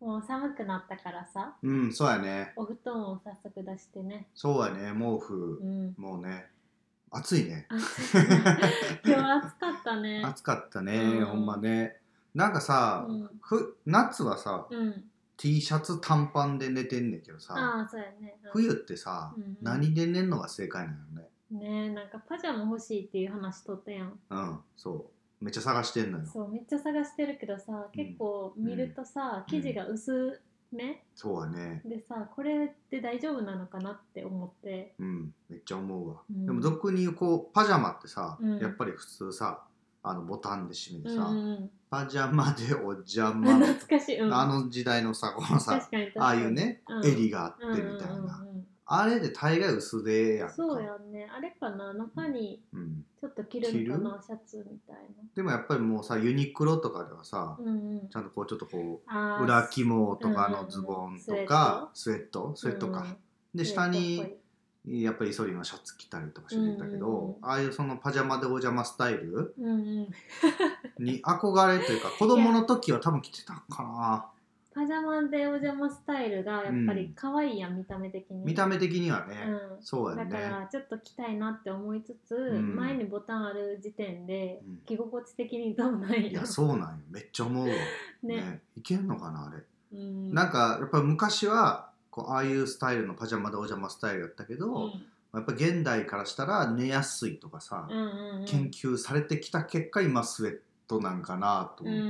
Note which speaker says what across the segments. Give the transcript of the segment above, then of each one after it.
Speaker 1: もう寒くなったからさ、
Speaker 2: うん、そうやね。
Speaker 1: お布団を早速出してね。
Speaker 2: そうやね、毛布
Speaker 1: う。 ん。
Speaker 2: もうね、暑いね。
Speaker 1: 暑いね今日暑かったね。
Speaker 2: 暑かったね、
Speaker 1: うん
Speaker 2: ほんまね。なんかさ、
Speaker 1: うん。
Speaker 2: ふ夏はさ、
Speaker 1: うん。
Speaker 2: T シャツ短パンで寝てんねんけどさ、
Speaker 1: ああ、そうやね。うん
Speaker 2: 冬ってさ、
Speaker 1: うんうん
Speaker 2: 何で寝んのが正解なのね。
Speaker 1: ねえ、なんかパジャマ欲しいっていう話とったやん。
Speaker 2: うん、そう。めっちゃ探してんのよ。
Speaker 1: そう、めっちゃ探してるけどさ、結構見るとさ、
Speaker 2: う
Speaker 1: 生
Speaker 2: ん
Speaker 1: 地が薄め
Speaker 2: そうやね。
Speaker 1: でさ、これって大丈夫なのかなって思って。
Speaker 2: うん、めっちゃ思うわ、
Speaker 1: うん
Speaker 2: でも俗に言うこうパジャマってさ、
Speaker 1: うん
Speaker 2: やっぱり普通さあのボタンで締め
Speaker 1: う
Speaker 2: て
Speaker 1: ん
Speaker 2: さ、
Speaker 1: うん
Speaker 2: パジャマでお 邪
Speaker 1: うん。
Speaker 2: 魔、
Speaker 1: 懐かしい。うん。
Speaker 2: あの時代のさこのさ
Speaker 1: 確かに確かに。
Speaker 2: ああいうね、
Speaker 1: うん
Speaker 2: 襟が
Speaker 1: う
Speaker 2: あ
Speaker 1: んう
Speaker 2: っ
Speaker 1: ん
Speaker 2: て
Speaker 1: うんうん、
Speaker 2: みたいな、あれで大概薄手やんか
Speaker 1: そうやんね。あれかな、中に
Speaker 2: うん、
Speaker 1: ちょっと着るのかな、シャツみたい
Speaker 2: でもやっぱりもうさユニクロとかではさ、
Speaker 1: な。うんうん
Speaker 2: ち。ゃんとこうちょっとこ
Speaker 1: あ
Speaker 2: う
Speaker 1: ー
Speaker 2: 裏肝とかのズボンとか、スウェットスウェットか、。で下にやっぱりイソリンのシャツ着たりとかしてたけど、
Speaker 1: うんうんうん
Speaker 2: ああいうそのパジャマでお邪魔スタイル、
Speaker 1: うんうんうんうん、
Speaker 2: に 憧れというか子供の時は多分着てたかな
Speaker 1: パジャマでお邪魔スタイルがやっぱり可愛いやん、見た目的に
Speaker 2: 見た目的にはね、
Speaker 1: うん
Speaker 2: そうや
Speaker 1: だか
Speaker 2: ね
Speaker 1: らちょっと着たいなって思いつつ、
Speaker 2: ん
Speaker 1: 前にボタンある時点で
Speaker 2: うん
Speaker 1: 着心地的にどうなん
Speaker 2: いやそうなんよめっちゃ思うわ、
Speaker 1: ね
Speaker 2: ねいけんのかなあれ、
Speaker 1: うん
Speaker 2: なんかやっぱ昔はこうああいうスタイルのパジャマでお邪魔スタイルだったけ
Speaker 1: う
Speaker 2: ど、
Speaker 1: ん
Speaker 2: やっぱ現代からしたら寝やすいとかさ、
Speaker 1: うんうんうん、
Speaker 2: 研究されてきた結果今スウェットなんかなと、
Speaker 1: うんうんう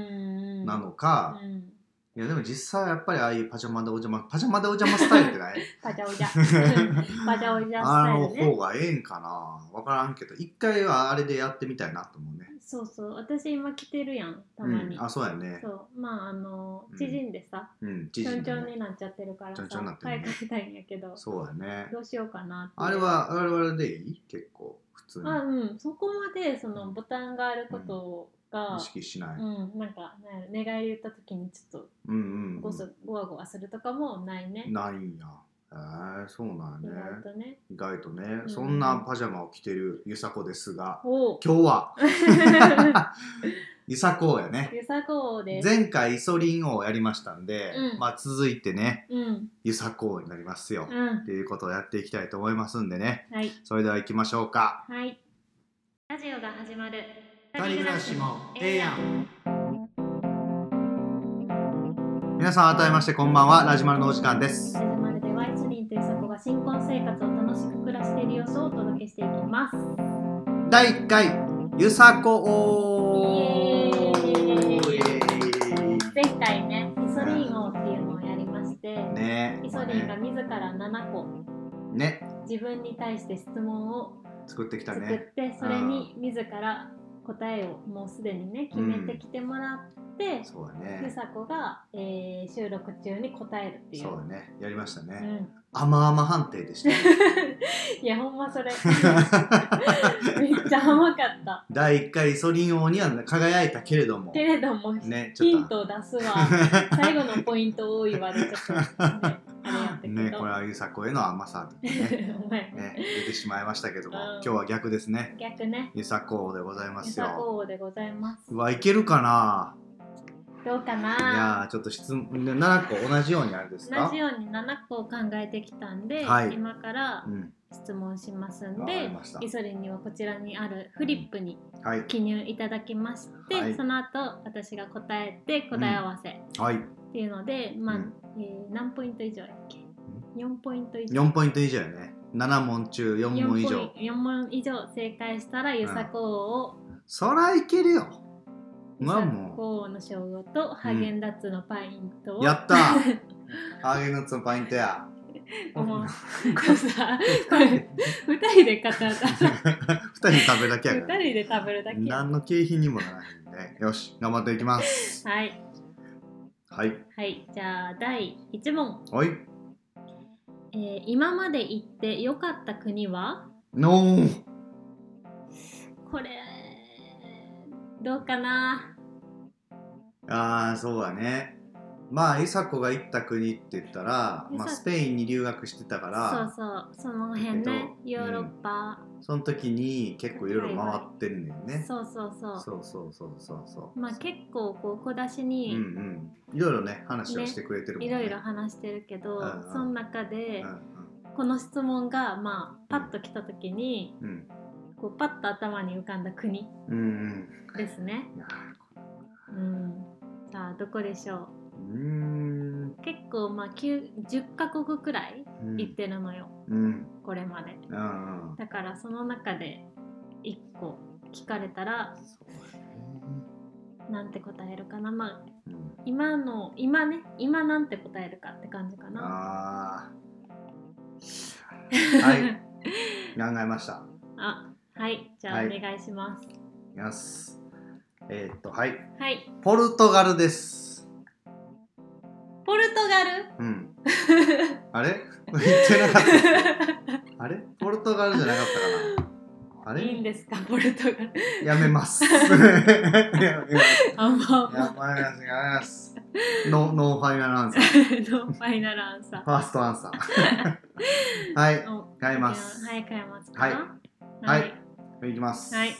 Speaker 1: ん
Speaker 2: なのか、
Speaker 1: うん
Speaker 2: いやでも実際やっぱりああいうパジャマでお邪魔パジャマでお邪魔スタイルってない
Speaker 1: パジャオジ ャパジャオジャスタ
Speaker 2: あ
Speaker 1: イ
Speaker 2: の
Speaker 1: ルね
Speaker 2: 方がええんかな分からんけど一回はあれでやってみたいなと思うね
Speaker 1: そうそう私今着てるやんた
Speaker 2: う
Speaker 1: まに、
Speaker 2: んあそうやね
Speaker 1: そうまああの
Speaker 2: うん
Speaker 1: 縮んでさ、
Speaker 2: うん
Speaker 1: ち
Speaker 2: 知
Speaker 1: ょ
Speaker 2: 事
Speaker 1: んちょ
Speaker 2: の
Speaker 1: ん
Speaker 2: ね
Speaker 1: になっちゃってるから
Speaker 2: ちょ
Speaker 1: さ
Speaker 2: んちょんになって
Speaker 1: 買
Speaker 2: る
Speaker 1: い
Speaker 2: ね
Speaker 1: 替えたいんやけど
Speaker 2: そうやね
Speaker 1: どうしようかなって
Speaker 2: あれは我々でいい結構普通に
Speaker 1: あうんそこまでそのボタンがあることが
Speaker 2: 意、識しな
Speaker 1: う
Speaker 2: い
Speaker 1: んなんかなんやろ寝返り打った時にちょっと
Speaker 2: うんうん
Speaker 1: ごそ、ごわごわするとかもないね。
Speaker 2: ないんやえー、そうなん
Speaker 1: 意
Speaker 2: やね
Speaker 1: 外とね。
Speaker 2: 意外とね、
Speaker 1: うん
Speaker 2: そんなパジャマを着てるゆさこです が
Speaker 1: おお。
Speaker 2: 今日はゆさこやね
Speaker 1: ゆさこです。
Speaker 2: 前回イソリン王をやりましたんで、
Speaker 1: うん
Speaker 2: まあ続いてね
Speaker 1: うん
Speaker 2: ゆさこになりますよ、
Speaker 1: うん
Speaker 2: っていうことをやっていきたいと思いますんでね
Speaker 1: はい
Speaker 2: それでは行きましょうか
Speaker 1: はい。ラジオが始まる。
Speaker 2: ん皆さん改めましてこんばんはラジマルのお時間です
Speaker 1: ラジマルでワイスリンという作が新婚生活を楽しく暮らしている様子をお届けしていきます。
Speaker 2: 第1回ゆさこ
Speaker 1: イエ
Speaker 2: お
Speaker 1: ーイ
Speaker 2: イエ
Speaker 1: 前回ね、イソリン王っていうのをやりまして、
Speaker 2: ーイね
Speaker 1: イソリンが自ら7個
Speaker 2: ね
Speaker 1: 自分に対して質問を
Speaker 2: 作ってきた
Speaker 1: 作っ
Speaker 2: ね
Speaker 1: て、それに自ら答えをもうすでにね決めてきてもらって、
Speaker 2: そうだ
Speaker 1: ゆ
Speaker 2: ね
Speaker 1: さこが、えー収録中に答えるっていう。
Speaker 2: そうだねやりました
Speaker 1: う
Speaker 2: ね
Speaker 1: ん、
Speaker 2: 甘々判定でした
Speaker 1: いやほんまそれ めっちゃ甘かった
Speaker 2: 第1回イソリン王には輝いたけれども
Speaker 1: けれども、
Speaker 2: ねち
Speaker 1: ヒ
Speaker 2: ょ
Speaker 1: ン
Speaker 2: っと
Speaker 1: トを出す わ最後のポイント多いわでちょっと、ね、あれやったけど、
Speaker 2: ね、これはゆさこへの甘さとか ね
Speaker 1: お前
Speaker 2: ね出てしまいましたけども、
Speaker 1: うん
Speaker 2: 今日は逆ですね
Speaker 1: 逆ね
Speaker 2: ゆさこでございま
Speaker 1: ゆ
Speaker 2: す
Speaker 1: さ
Speaker 2: よ
Speaker 1: こ王でございます
Speaker 2: うわいけるかな
Speaker 1: どうか
Speaker 2: い
Speaker 1: な
Speaker 2: やーちょっと質問ね7個同じようにあれですか
Speaker 1: 同じように7個を考えてきたんで、
Speaker 2: はい
Speaker 1: 今から
Speaker 2: うん
Speaker 1: 質問しますん
Speaker 2: わかり
Speaker 1: で
Speaker 2: ました
Speaker 1: イソリンにはこちらにあるフリップに
Speaker 2: はい
Speaker 1: 記入いただきまして、
Speaker 2: はい
Speaker 1: その後私が答えて答え合わせっ
Speaker 2: はい
Speaker 1: ていうので、まあ、
Speaker 2: うん
Speaker 1: えー何ポイント以上やっけ4ポイント以上
Speaker 2: 4ポイント以上やね7問中4問以上
Speaker 1: 4問以上正解したらゆさこを、
Speaker 2: そらいけるよ
Speaker 1: ゆ
Speaker 2: まあ
Speaker 1: さ
Speaker 2: も
Speaker 1: この称号とハーゲンダッツのパイントを、
Speaker 2: うや ったハーゲンダッツのパイントや
Speaker 1: もう これさこれ2人で語 った
Speaker 2: 2人で食べるだけや
Speaker 1: 2人
Speaker 2: から
Speaker 1: で食べるだけ
Speaker 2: 何の景品にもならへんねよし頑張っていきます
Speaker 1: はい
Speaker 2: はい
Speaker 1: はいじゃあ第1問、
Speaker 2: はい
Speaker 1: えー今まで行って良かった国は
Speaker 2: のー
Speaker 1: これどうかな
Speaker 2: ああそうだねまあ、えさこが行った国って言ったら、
Speaker 1: えさ
Speaker 2: まあ、スペインに留学してたから
Speaker 1: そうそうその辺ね、
Speaker 2: えっ
Speaker 1: ヨ
Speaker 2: と
Speaker 1: ーロッパ、
Speaker 2: その時に結構いろいろ回ってんねんね。
Speaker 1: そうそうそう
Speaker 2: そうそうそうそうそう。
Speaker 1: まあ結構こう小出しに
Speaker 2: うんうん。いろいろね話をしてくれてるもん
Speaker 1: い
Speaker 2: ね。
Speaker 1: ろいろ話してるけど、
Speaker 2: うんうん
Speaker 1: その中で、
Speaker 2: うん
Speaker 1: この質問がまあパッと来た時に、
Speaker 2: うん
Speaker 1: こうパッと頭に浮かんだ国
Speaker 2: うんうん
Speaker 1: ですね。
Speaker 2: いや
Speaker 1: うん、さあどこでしょ
Speaker 2: うーん
Speaker 1: う結構まあ9 10カ国くらい
Speaker 2: うん
Speaker 1: 行ってるのよ、
Speaker 2: うん
Speaker 1: これまで。
Speaker 2: うんうん
Speaker 1: だからその中で1個聞かれたら
Speaker 2: そうだね
Speaker 1: なんて答えるかなまあ
Speaker 2: うん
Speaker 1: 今の今ね今なんて答えるかって感じかな。
Speaker 2: あーはい考えました。
Speaker 1: あはいじゃあ
Speaker 2: は
Speaker 1: お
Speaker 2: い
Speaker 1: 願いします。
Speaker 2: いきます。えーっとはい
Speaker 1: はい
Speaker 2: ポルトガルです。
Speaker 1: ポルトガル
Speaker 2: うん。あれ言ってなかったっけ。あれポルトガルじゃなかったかなあ
Speaker 1: いいん
Speaker 2: れ
Speaker 1: です かポルトガル
Speaker 2: やめます。 やめます。
Speaker 1: あんま
Speaker 2: やめます。やめます。ノーノーファイナルアンサー。
Speaker 1: のファイナルアンサ
Speaker 2: ファーストアンサー。 はい
Speaker 1: ー。を
Speaker 2: 変えます
Speaker 1: はい変えますかな
Speaker 2: はいいきます。
Speaker 1: はい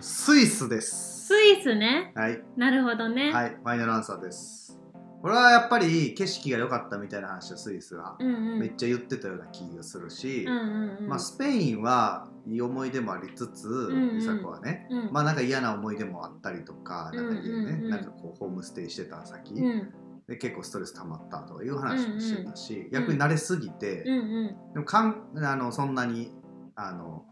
Speaker 2: スイスです。
Speaker 1: スイスね
Speaker 2: はい。
Speaker 1: なるほどね、
Speaker 2: はい。ファイナルアンサーです。これはやっぱり景色が良かったみたいな話をスイスは
Speaker 1: うんうん
Speaker 2: めっちゃ言ってたような気がするし、
Speaker 1: うんうんうん
Speaker 2: まあスペインはいい思い出もありつつ、
Speaker 1: んうん
Speaker 2: 美佐子はね、
Speaker 1: うん
Speaker 2: まあなんか嫌な思い出もあったりとか、なんか家でね、
Speaker 1: うんうんうん
Speaker 2: なんかこうホームステイしてた先、
Speaker 1: うんうん
Speaker 2: で結構ストレス溜まったとかいう話もしてたし、逆に慣れすぎて、
Speaker 1: うん
Speaker 2: でもかんあのそんなにあの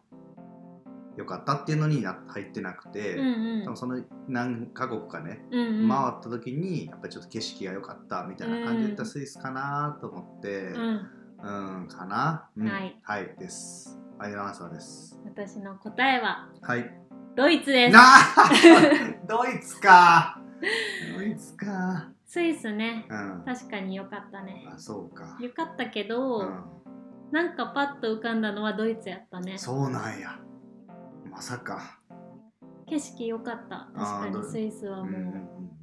Speaker 2: 良かったっていうのにな入ってなくて、
Speaker 1: うんうん
Speaker 2: 多分その何カ国かね、
Speaker 1: うんうん
Speaker 2: 回った時にやっぱりちょっと景色が良かったみたいな感じで言ったらスイスかなと思って、
Speaker 1: う
Speaker 2: うん、
Speaker 1: ん
Speaker 2: かな、うん
Speaker 1: はい
Speaker 2: です。アイドルアンサーです。
Speaker 1: 私の答えは
Speaker 2: はい。
Speaker 1: ドイツです
Speaker 2: なあ ドイツかドイツか
Speaker 1: スイスね
Speaker 2: うん
Speaker 1: 確かに良かったね
Speaker 2: あそうか、
Speaker 1: 良かったけど、
Speaker 2: う
Speaker 1: なんかパッと浮かんだのはドイツやったね
Speaker 2: ん、そうなんやまさか
Speaker 1: 景色良かった
Speaker 2: あー
Speaker 1: 確か
Speaker 2: ド
Speaker 1: に
Speaker 2: イ
Speaker 1: スイスはもう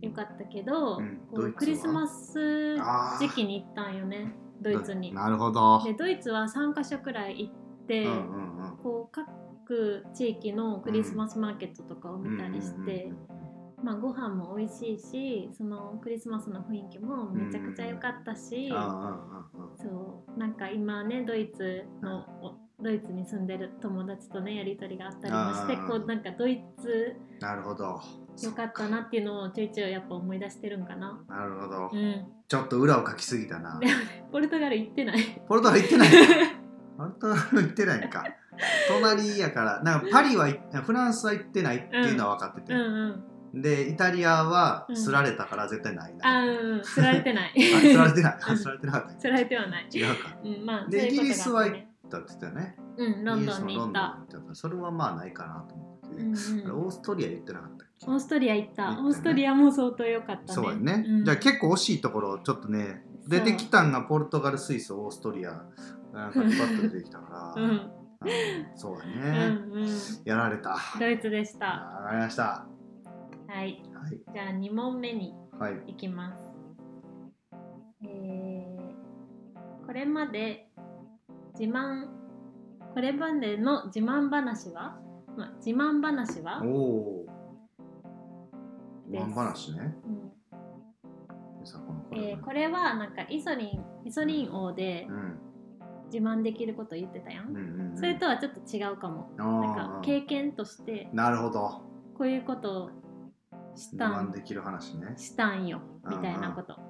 Speaker 1: 良か
Speaker 2: っ
Speaker 1: ったけど、
Speaker 2: うん
Speaker 1: こ
Speaker 2: ド
Speaker 1: う
Speaker 2: イツは
Speaker 1: クリスマス
Speaker 2: あー
Speaker 1: 時期に行ったんよねドイツに。
Speaker 2: なるほど
Speaker 1: でドイツは3カ所くらい行って、
Speaker 2: うんうんうん
Speaker 1: こう各地域のクリスマスマーケットとかを見たりして、
Speaker 2: うん
Speaker 1: まあ、ご飯も美味しいしそのクリスマスの雰囲気もめちゃくちゃ良かったし、
Speaker 2: うんうんうんあーうんうんうん
Speaker 1: そうなんか今ねドイツのおドイツに住んでる友達とねやり取りがあったりもして
Speaker 2: あー
Speaker 1: こうなんかドイツ
Speaker 2: なるほど
Speaker 1: 良かったなっていうのをちょいちょいやっぱ思い出してるんかな。
Speaker 2: なるほど、
Speaker 1: うん
Speaker 2: ちょっと裏を書きすぎた な
Speaker 1: でポルトガル行ってない。
Speaker 2: ポルトガル行ってないかポルトガル行ってないんか隣やからなんかパリは行っフランスは行ってないっていうのは分かってて、
Speaker 1: うんうん。
Speaker 2: でイタリアはすられたから絶対ないな、
Speaker 1: あうん。 釣られてない。
Speaker 2: あ釣られてない。
Speaker 1: うん
Speaker 2: あ釣られてなかったっ
Speaker 1: 釣られてはない。
Speaker 2: け。違うか。
Speaker 1: うん、まあ、
Speaker 2: で
Speaker 1: そういうこと
Speaker 2: イギリスは
Speaker 1: があったね
Speaker 2: だって言ったよね。
Speaker 1: うん、ロンドンに
Speaker 2: イギリスも
Speaker 1: 行
Speaker 2: ロ
Speaker 1: っ
Speaker 2: ンドン
Speaker 1: た。
Speaker 2: に行ったからそれはまあないかなと思って
Speaker 1: うん
Speaker 2: て。あれ
Speaker 1: うん
Speaker 2: オーストリア言ってなかったっけ
Speaker 1: オーストリア行った。
Speaker 2: 行ったね
Speaker 1: オーストリアも相当良かったね。
Speaker 2: そうやね。
Speaker 1: うん
Speaker 2: じゃあ結構惜しいところちょっとね出てきたんがポルトガル、スイス、オーストリアなんかパッと出てきたか
Speaker 1: う
Speaker 2: ら。
Speaker 1: ん、
Speaker 2: あのそう
Speaker 1: う
Speaker 2: やね。
Speaker 1: ん、うん。
Speaker 2: やられた。
Speaker 1: ドイツでした。
Speaker 2: わかりました。は
Speaker 1: はい。
Speaker 2: い
Speaker 1: じゃあ2問目に
Speaker 2: はい。
Speaker 1: 行きます。えー、これまで自慢、これまでの自慢話は、まあ、自慢話は
Speaker 2: おおー。
Speaker 1: です
Speaker 2: ワン話ね。
Speaker 1: うん
Speaker 2: さこのこれ
Speaker 1: えーこれはなんかイソリンイソリン王で
Speaker 2: うん
Speaker 1: 自慢できること言ってたや
Speaker 2: うん
Speaker 1: ん、
Speaker 2: うんうん。
Speaker 1: それとはちょっと違うかも
Speaker 2: あ
Speaker 1: な
Speaker 2: ー
Speaker 1: んか経験として
Speaker 2: なるほど。
Speaker 1: こういうことをし
Speaker 2: 自
Speaker 1: た
Speaker 2: 慢
Speaker 1: ん
Speaker 2: できる話ね。
Speaker 1: したんよみたいなことこ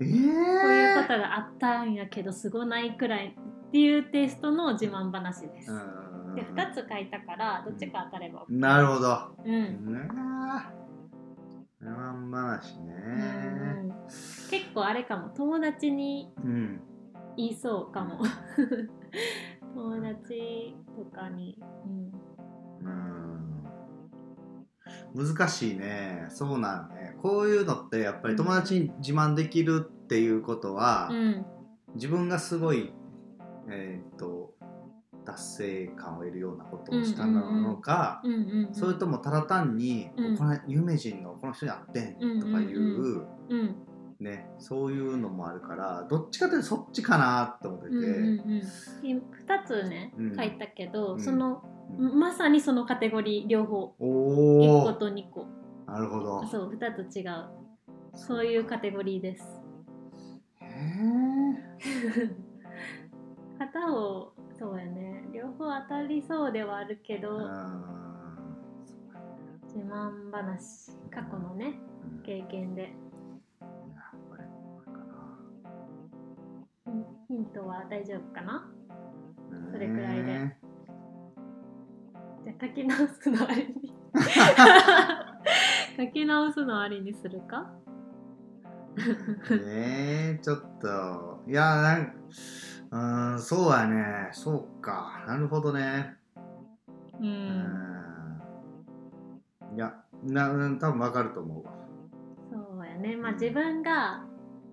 Speaker 2: ええ
Speaker 1: ういうことがあったんやけどすごないくらいっていうテイストの自慢話です、
Speaker 2: うん
Speaker 1: で2つ書いたからどっちか当たれば
Speaker 2: なるほど。
Speaker 1: うん、
Speaker 2: うわー自慢話
Speaker 1: う
Speaker 2: ね。
Speaker 1: ん結構あれかも友達に
Speaker 2: うん。
Speaker 1: 言いそうかも 友達とかに、うん、
Speaker 2: うん。難しいね。そうなんね。こういうのってやっぱり友達に自慢できるっていうことは、
Speaker 1: うん、
Speaker 2: 自分がすごいえーっと達成感を得るようなことをしたのか。
Speaker 1: うんうんうん、
Speaker 2: それともただ単に、
Speaker 1: うん
Speaker 2: この有名人のこの人に会ってんとかいう、
Speaker 1: うん
Speaker 2: ねそういうのもあるからどっちかというとそっちかなって思ってて、
Speaker 1: うんうんうん、2つね、
Speaker 2: うん
Speaker 1: 書いたけど、
Speaker 2: うん
Speaker 1: その
Speaker 2: うん
Speaker 1: まさにそのカテゴリー両方1
Speaker 2: お
Speaker 1: 個
Speaker 2: お
Speaker 1: と2個
Speaker 2: なるほど
Speaker 1: そう2つ違うそういうカテゴリーです
Speaker 2: へえ
Speaker 1: 型をそうやね両方当たりそうではあるけど自慢話過去のね経験でうんヒントは大丈夫かなそれくらいでじゃあ書き直すのありに書き直すのありにするか
Speaker 2: えー、ちょっといやなんうーんそうやねそうかなるほどね
Speaker 1: う
Speaker 2: うんんいやなうん多分わかると思うわ
Speaker 1: そうやねまあ
Speaker 2: うん
Speaker 1: 自分が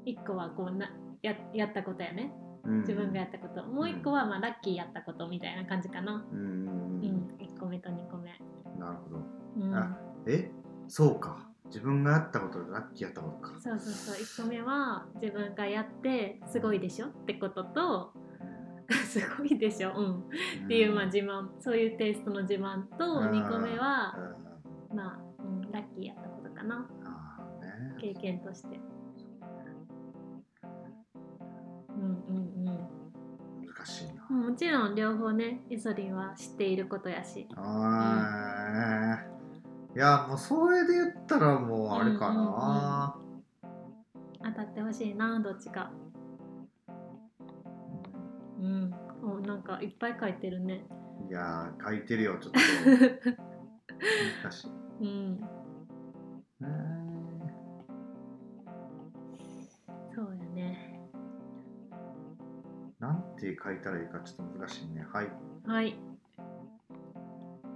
Speaker 1: 一個はこうなややったことやね
Speaker 2: うん
Speaker 1: 自分がやったこと、もう一個はまあラッキーやったことみたいな感じかな
Speaker 2: うんうん
Speaker 1: う
Speaker 2: うん
Speaker 1: ん、一1個目と2個目
Speaker 2: なるほど
Speaker 1: うん
Speaker 2: あえそうか自分がやったことラッキーやったことか
Speaker 1: そうそうそう1個目は自分がやってすごいでしょってことと すごいでしょ、うん、
Speaker 2: っ
Speaker 1: っていうまあ自慢そういうテイストの自慢と
Speaker 2: うん
Speaker 1: 2個目はまあ、うん、ラッキーやったことかな
Speaker 2: あーね
Speaker 1: 経験としてうんうんうん
Speaker 2: 難しいな
Speaker 1: もちろん両方ねイソリンは知っていることやし
Speaker 2: あーいやもうそれで言ったらもうあれかな、
Speaker 1: 当たってほしいなどっちかうんおなんかいっぱい書いてるね
Speaker 2: いやー書いてるよちょっと難しい
Speaker 1: うん
Speaker 2: ね
Speaker 1: そうやね
Speaker 2: なんて書いたらいいかちょっと難しいねはい
Speaker 1: はい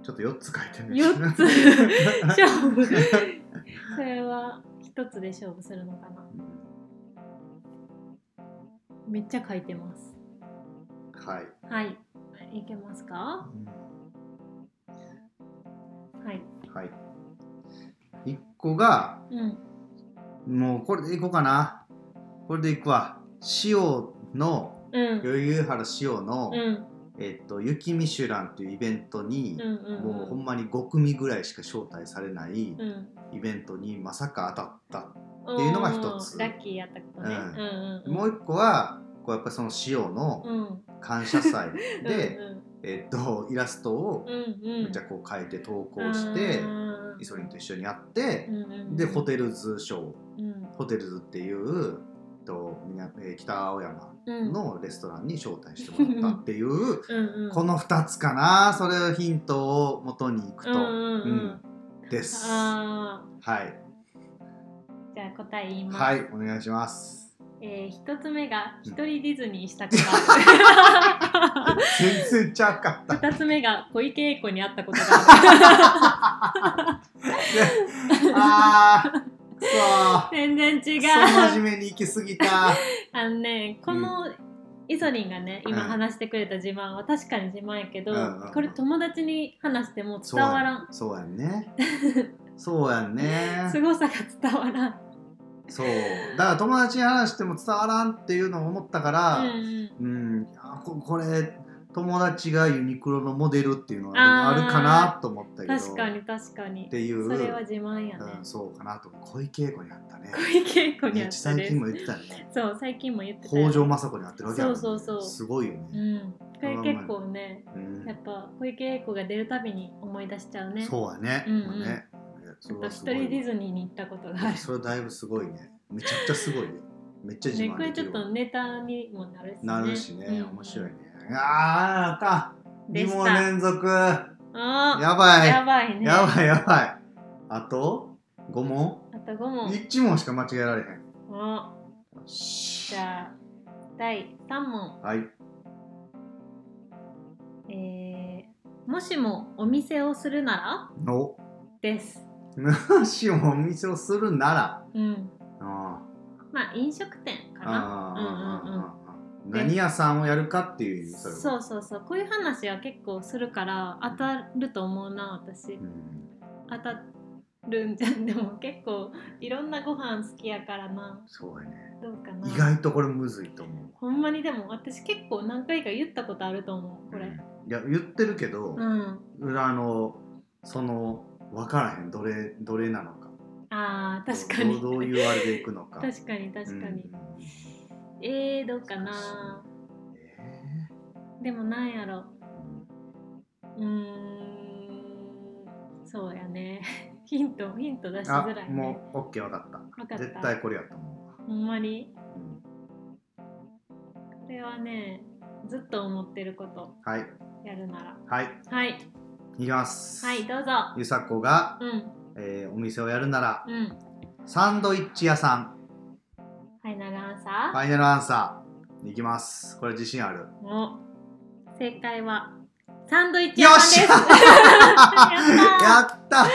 Speaker 2: ちょっと4つ書いてるんです
Speaker 1: 4つ 勝負 それは1つで勝負するのかなめっちゃ書いてます
Speaker 2: はい、
Speaker 1: はいいけますかはい
Speaker 2: はい1個が
Speaker 1: うん
Speaker 2: もうこれでいこうかな。これでいくわ。塩の、
Speaker 1: うん
Speaker 2: 余裕原塩の、
Speaker 1: うん
Speaker 2: えっと、雪ミシュランというイベントに
Speaker 1: うん、うん
Speaker 2: もうほんまに5組ぐらいしか招待されない
Speaker 1: うん
Speaker 2: イベントにまさか当たっ
Speaker 1: って
Speaker 2: いうのが一つ
Speaker 1: ラッキーやったことね、
Speaker 2: うん
Speaker 1: うんうん
Speaker 2: た。
Speaker 1: うん、
Speaker 2: もう1個は、こうやっぱりその塩の
Speaker 1: うん
Speaker 2: 感謝祭で、
Speaker 1: うん
Speaker 2: えっと、イラストを
Speaker 1: うんうんうん、
Speaker 2: めっちゃこう変えて投稿して、イソリンと一緒にやって、で、ホテルズショー、ホテルズっていう、えっとみなえー北青山のレストランに招待してもらったっていうこ
Speaker 1: の
Speaker 2: の2つかなそれをヒントを元にいくと、
Speaker 1: うんうんうん
Speaker 2: うんですは
Speaker 1: あ
Speaker 2: い
Speaker 1: ーじゃあ答え言います、
Speaker 2: はいお願いします
Speaker 1: えー一つ目が一人ディズニーした こ
Speaker 2: 全然ちゃうか
Speaker 1: と
Speaker 2: った
Speaker 1: 二つ目が小池栄子に会ったこと がある
Speaker 2: あーくそ
Speaker 1: 全然違う
Speaker 2: ーそう真面目に行き過ぎた
Speaker 1: あのねこの、イソリンがね今
Speaker 2: うん
Speaker 1: 話してくれた自慢は確かに自慢やけど、
Speaker 2: うんうん
Speaker 1: これ友達に話しても
Speaker 2: そ う
Speaker 1: 伝わら
Speaker 2: や
Speaker 1: ん
Speaker 2: そうや んねそうやんね
Speaker 1: すごさが伝わらん
Speaker 2: そうだから友達に話しても伝わらんっていうのを思ったから、
Speaker 1: うん
Speaker 2: うん、いやここれ友達がユニクロのモデルっていうのが
Speaker 1: あ
Speaker 2: あ
Speaker 1: ー
Speaker 2: るかなと思った
Speaker 1: うん、
Speaker 2: けど
Speaker 1: 確かに確かに
Speaker 2: っていう
Speaker 1: それは自慢やね、
Speaker 2: うん、そうかなと小池栄子にあったね
Speaker 1: 小池栄子に
Speaker 2: ね
Speaker 1: 会っ
Speaker 2: ち
Speaker 1: た
Speaker 2: 最
Speaker 1: です
Speaker 2: 近も言ってたよね
Speaker 1: そう最近も言ってたよ
Speaker 2: 北条政子にあってるわけやもんね
Speaker 1: そうそうそう
Speaker 2: すごいよ
Speaker 1: う
Speaker 2: ね、
Speaker 1: んこれ結構ね
Speaker 2: うん
Speaker 1: やっぱ小池栄子が出るたびに思い出しちゃうねう
Speaker 2: そうやね,、
Speaker 1: うんうん
Speaker 2: もうねそれは
Speaker 1: 一
Speaker 2: す
Speaker 1: 人
Speaker 2: ご
Speaker 1: デ
Speaker 2: い
Speaker 1: ィズニーに行ったことがある
Speaker 2: それはだいぶすごいねめちゃくちゃすごいねめっちゃ自
Speaker 1: ね、
Speaker 2: 慢
Speaker 1: こ
Speaker 2: で
Speaker 1: れ
Speaker 2: き
Speaker 1: ちょっ
Speaker 2: るわ
Speaker 1: とネタにもなるしね。
Speaker 2: なるしね、
Speaker 1: うん
Speaker 2: 面白いねあーあった
Speaker 1: で
Speaker 2: 2
Speaker 1: した
Speaker 2: 問連続や
Speaker 1: あー
Speaker 2: ばい
Speaker 1: やばいね。
Speaker 2: やばいやばい。あと5問
Speaker 1: あと5問。
Speaker 2: ?1 問しか間違えられへん。よ
Speaker 1: お
Speaker 2: し
Speaker 1: じゃあ、第3問。
Speaker 2: はい。
Speaker 1: えー、もしもお店をするな
Speaker 2: の、
Speaker 1: らです。
Speaker 2: もしもお店をするなら。
Speaker 1: うん。
Speaker 2: あ
Speaker 1: まあ、飲食店か
Speaker 2: あ
Speaker 1: な。うんうんうん。
Speaker 2: ああ何屋さんをやるかっていう意味それは
Speaker 1: そうそうそうこういう話は結構するから当たると思うな私
Speaker 2: うん
Speaker 1: 当たっるんじゃんでも結構いろんなご飯好きやからな
Speaker 2: そうやね
Speaker 1: どうかな
Speaker 2: 意外とこれむずいと思う
Speaker 1: ほんまにでも私結構何回か言ったことあると思うこれ
Speaker 2: うんいや言ってるけど
Speaker 1: う、ん、
Speaker 2: あのその分からへんどれどれなのか
Speaker 1: あー確かに
Speaker 2: どうどういうあれでいくのか
Speaker 1: 確かに確かに、
Speaker 2: うん
Speaker 1: えー、どうかな
Speaker 2: え
Speaker 1: でもなんやろう
Speaker 2: ー
Speaker 1: ーんそうやね ヒントヒント出し
Speaker 2: あ
Speaker 1: づらいね
Speaker 2: もう OK 分かった
Speaker 1: 分かった
Speaker 2: 絶対これやと思うわ、
Speaker 1: ほんまに
Speaker 2: うん
Speaker 1: これはねずっと思ってること
Speaker 2: はい
Speaker 1: やるな
Speaker 2: はい
Speaker 1: らはい
Speaker 2: いきます
Speaker 1: はいどうぞ
Speaker 2: ゆさこが、
Speaker 1: うん
Speaker 2: えーお店をやるなら
Speaker 1: うん
Speaker 2: サンドイッチ屋さん
Speaker 1: ファイナルアンサ
Speaker 2: フ
Speaker 1: ー、
Speaker 2: ァイナルアンサーいきますこれ自信あ る
Speaker 1: お正解はサンドイッチ
Speaker 2: よ
Speaker 1: 屋
Speaker 2: っ
Speaker 1: さ
Speaker 2: し
Speaker 1: ん
Speaker 2: ゃ
Speaker 1: です
Speaker 2: や
Speaker 1: やっ
Speaker 2: った
Speaker 1: た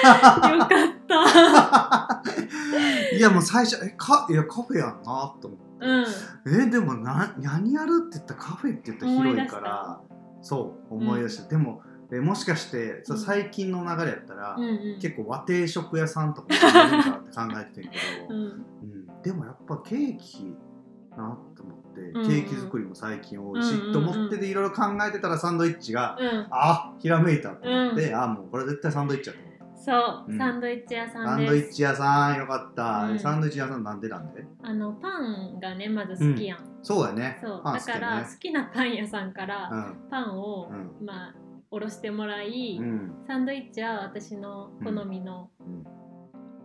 Speaker 1: ーよかった
Speaker 2: いやもう最初えかいやカフェやんなと思って、
Speaker 1: うん
Speaker 2: えでもな何やるって言ったらカフェって言ったら広いからそう思い出して、でもえもしかしてそう
Speaker 1: うん
Speaker 2: 最近の流れやったら、
Speaker 1: うんうん
Speaker 2: 結構和定食屋さんとかもやるんかって考えててんけど、
Speaker 1: うん
Speaker 2: うんでもやっぱケーキなと思って、
Speaker 1: んうん
Speaker 2: ケーキ作りも最近多いし、
Speaker 1: うんうんうん
Speaker 2: と思ってていろいろ考えてたらサンドイッチが、
Speaker 1: うん
Speaker 2: あひらめいたと思って、
Speaker 1: う
Speaker 2: あもうこれ絶対サンドイッチやと思って
Speaker 1: そう、
Speaker 2: うん
Speaker 1: サンドイッチ屋さ
Speaker 2: サ
Speaker 1: ん
Speaker 2: ンドイッ
Speaker 1: です
Speaker 2: チ屋さんよかった、
Speaker 1: うん
Speaker 2: サンドイッチ屋さんなんでなんで
Speaker 1: あのパンがねまず好きやん、
Speaker 2: そうやね
Speaker 1: そう
Speaker 2: パン
Speaker 1: だ
Speaker 2: 好き
Speaker 1: か
Speaker 2: や
Speaker 1: ら
Speaker 2: ね
Speaker 1: 好きなパン屋さんからパンを
Speaker 2: う、ん
Speaker 1: まあおろしてもらい、
Speaker 2: うんうん
Speaker 1: サンドイッチは私の好みの、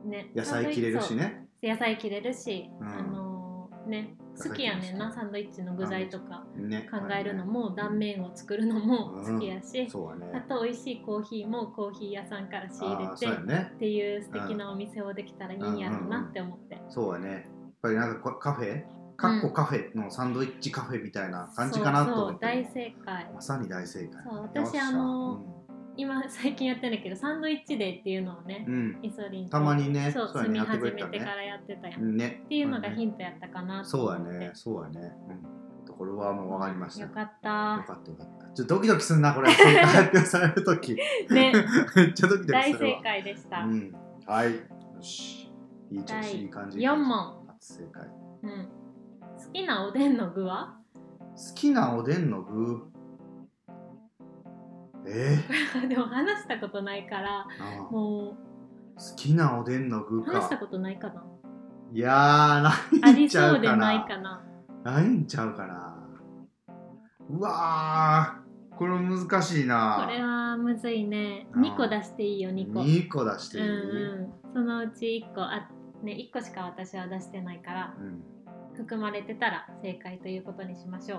Speaker 1: ね
Speaker 2: 野菜切れるしね
Speaker 1: そう野菜切れるし、
Speaker 2: うん
Speaker 1: あのーね好きやねんなサンドイッチの具材とか
Speaker 2: ね
Speaker 1: 考えるのも断面を作るのも好きやし、
Speaker 2: そうや
Speaker 1: あ
Speaker 2: ね
Speaker 1: と美味しいコーヒーもコーヒー屋さんから仕入
Speaker 2: あ
Speaker 1: れ
Speaker 2: ーそう
Speaker 1: て
Speaker 2: やね
Speaker 1: っていう素敵なお店をできたらいいんやろうなって思って、
Speaker 2: そうやねやっぱりなんかこカフェかっこカフェのサンドイッチカフェみたいな感じかなと
Speaker 1: そう
Speaker 2: 思
Speaker 1: そう
Speaker 2: って
Speaker 1: 大正解
Speaker 2: まさに大正解
Speaker 1: そう私
Speaker 2: よっしゃ
Speaker 1: あの今最近やってるんだけどサンドイッチデーっていうのをね
Speaker 2: う、ん、うん
Speaker 1: イソリンと
Speaker 2: たまにね
Speaker 1: そう
Speaker 2: そ
Speaker 1: 住
Speaker 2: うやね
Speaker 1: み
Speaker 2: やって
Speaker 1: 始
Speaker 2: くれ
Speaker 1: め
Speaker 2: てたね
Speaker 1: てからやってたやん、っ
Speaker 2: うんね
Speaker 1: ていうのがヒントやったかなと
Speaker 2: そうや
Speaker 1: 思って
Speaker 2: ねそうやね、うん、これはもう分かりました
Speaker 1: よ
Speaker 2: よ
Speaker 1: かった
Speaker 2: かったよかったちょっとドキドキすんなこれ正解発表される時
Speaker 1: ね
Speaker 2: めっちゃドキド
Speaker 1: 大
Speaker 2: キする
Speaker 1: 正
Speaker 2: わ
Speaker 1: 解でした、
Speaker 2: うん、はい。よし。いい調子、
Speaker 1: 第
Speaker 2: いい感じ。
Speaker 1: 4。問、
Speaker 2: 初正解。
Speaker 1: うん、好きなおでんの具は
Speaker 2: 好きなおでんの具。え
Speaker 1: でも話したことないから
Speaker 2: ー、な
Speaker 1: も
Speaker 2: あ好きなおでんの具
Speaker 1: う話したこ
Speaker 2: か。
Speaker 1: とないかない
Speaker 2: やー、
Speaker 1: あ
Speaker 2: ないん
Speaker 1: り
Speaker 2: ちゃ
Speaker 1: そう
Speaker 2: う
Speaker 1: で
Speaker 2: か
Speaker 1: ない
Speaker 2: な。
Speaker 1: かな
Speaker 2: ないんちゃうかな。うわー、これ難しいな。
Speaker 1: これはむずいね
Speaker 2: うん
Speaker 1: 2個出していいよ2個
Speaker 2: 二個出して
Speaker 1: う
Speaker 2: い
Speaker 1: ん
Speaker 2: い。
Speaker 1: うん、そのうち1個あ、ね、1個しか私は出してないから
Speaker 2: うん
Speaker 1: 含まれてたら正解ということにしましょ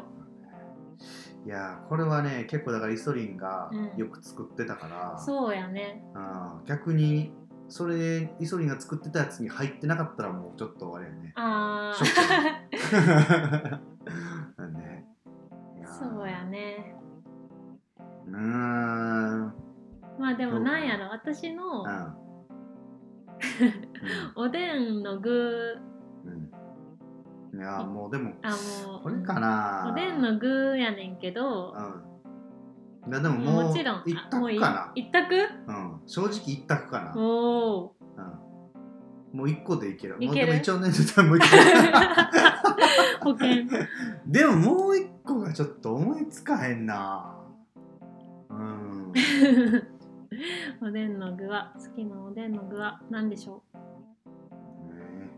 Speaker 1: う
Speaker 2: いやーこれはね結構だからイソリンが
Speaker 1: うん
Speaker 2: よく作ってたから、
Speaker 1: そうやね
Speaker 2: あー逆にそれイソリンが作ってたやつに入ってなかったらもうちょっとあれやね
Speaker 1: あ
Speaker 2: ショッ
Speaker 1: あ
Speaker 2: なんね いやー
Speaker 1: そうやね
Speaker 2: うーんうん
Speaker 1: まあでも
Speaker 2: そうか
Speaker 1: なんやろ私の
Speaker 2: うん
Speaker 1: おでんの具
Speaker 2: うんいやーもうでも
Speaker 1: あもう
Speaker 2: これかな
Speaker 1: おでんの具やねんけど
Speaker 2: うんいやでももう
Speaker 1: もちろん
Speaker 2: 一
Speaker 1: あもう
Speaker 2: 択か
Speaker 1: い一択
Speaker 2: なうん正直一択かな
Speaker 1: お お
Speaker 2: うんもう一個でいける
Speaker 1: い
Speaker 2: もう
Speaker 1: け
Speaker 2: で
Speaker 1: る
Speaker 2: も一応ね絶対もう一個
Speaker 1: 保険
Speaker 2: でももう一個がちょっと思いつかへんな うん
Speaker 1: おでんの具は好きなおでんの具は何でしょ
Speaker 2: ね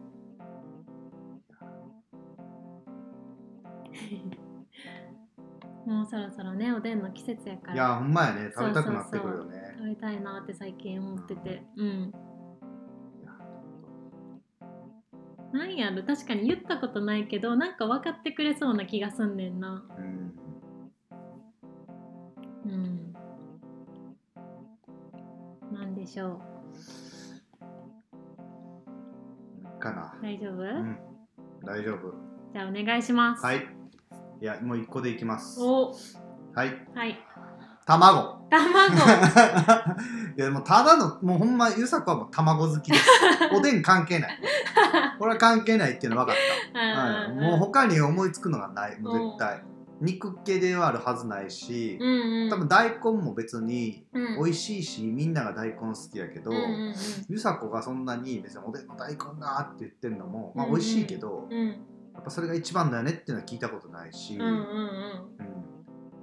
Speaker 1: う もうそろそろねおでんの季節やから
Speaker 2: いやほんまやね食べたくなってくるよね
Speaker 1: 食べたいなって最近思っててうん
Speaker 2: いや
Speaker 1: なんやろ確かに言ったことないけどなんか分かってくれそうな気がすんねんな
Speaker 2: うん
Speaker 1: うんなんでしょ
Speaker 2: かな
Speaker 1: う大丈夫、
Speaker 2: うん大丈夫
Speaker 1: じゃあお願いします
Speaker 2: はいいやもう一個でいきます
Speaker 1: お
Speaker 2: はい
Speaker 1: はい
Speaker 2: 卵
Speaker 1: 卵
Speaker 2: いやもうただのもうほんまゆさこはもう卵好きですおでん関係ないこれは関係ないっていうの分かった、はい、もう他に思いつくのがないもう絶対
Speaker 1: うん
Speaker 2: 肉系ではあるはずないし、
Speaker 1: うんうん、
Speaker 2: 多分大根も別に
Speaker 1: うん
Speaker 2: 美味しいし、みんなが大根好きやけど、
Speaker 1: うんうん
Speaker 2: ゆさこがそんなに別におでんの大根だって言ってんのも、まあ、
Speaker 1: うんうん
Speaker 2: 美味しいけど、
Speaker 1: うんうん
Speaker 2: やっぱそれが一番だよねっていうのは聞いたことないし、
Speaker 1: うんうん
Speaker 2: うん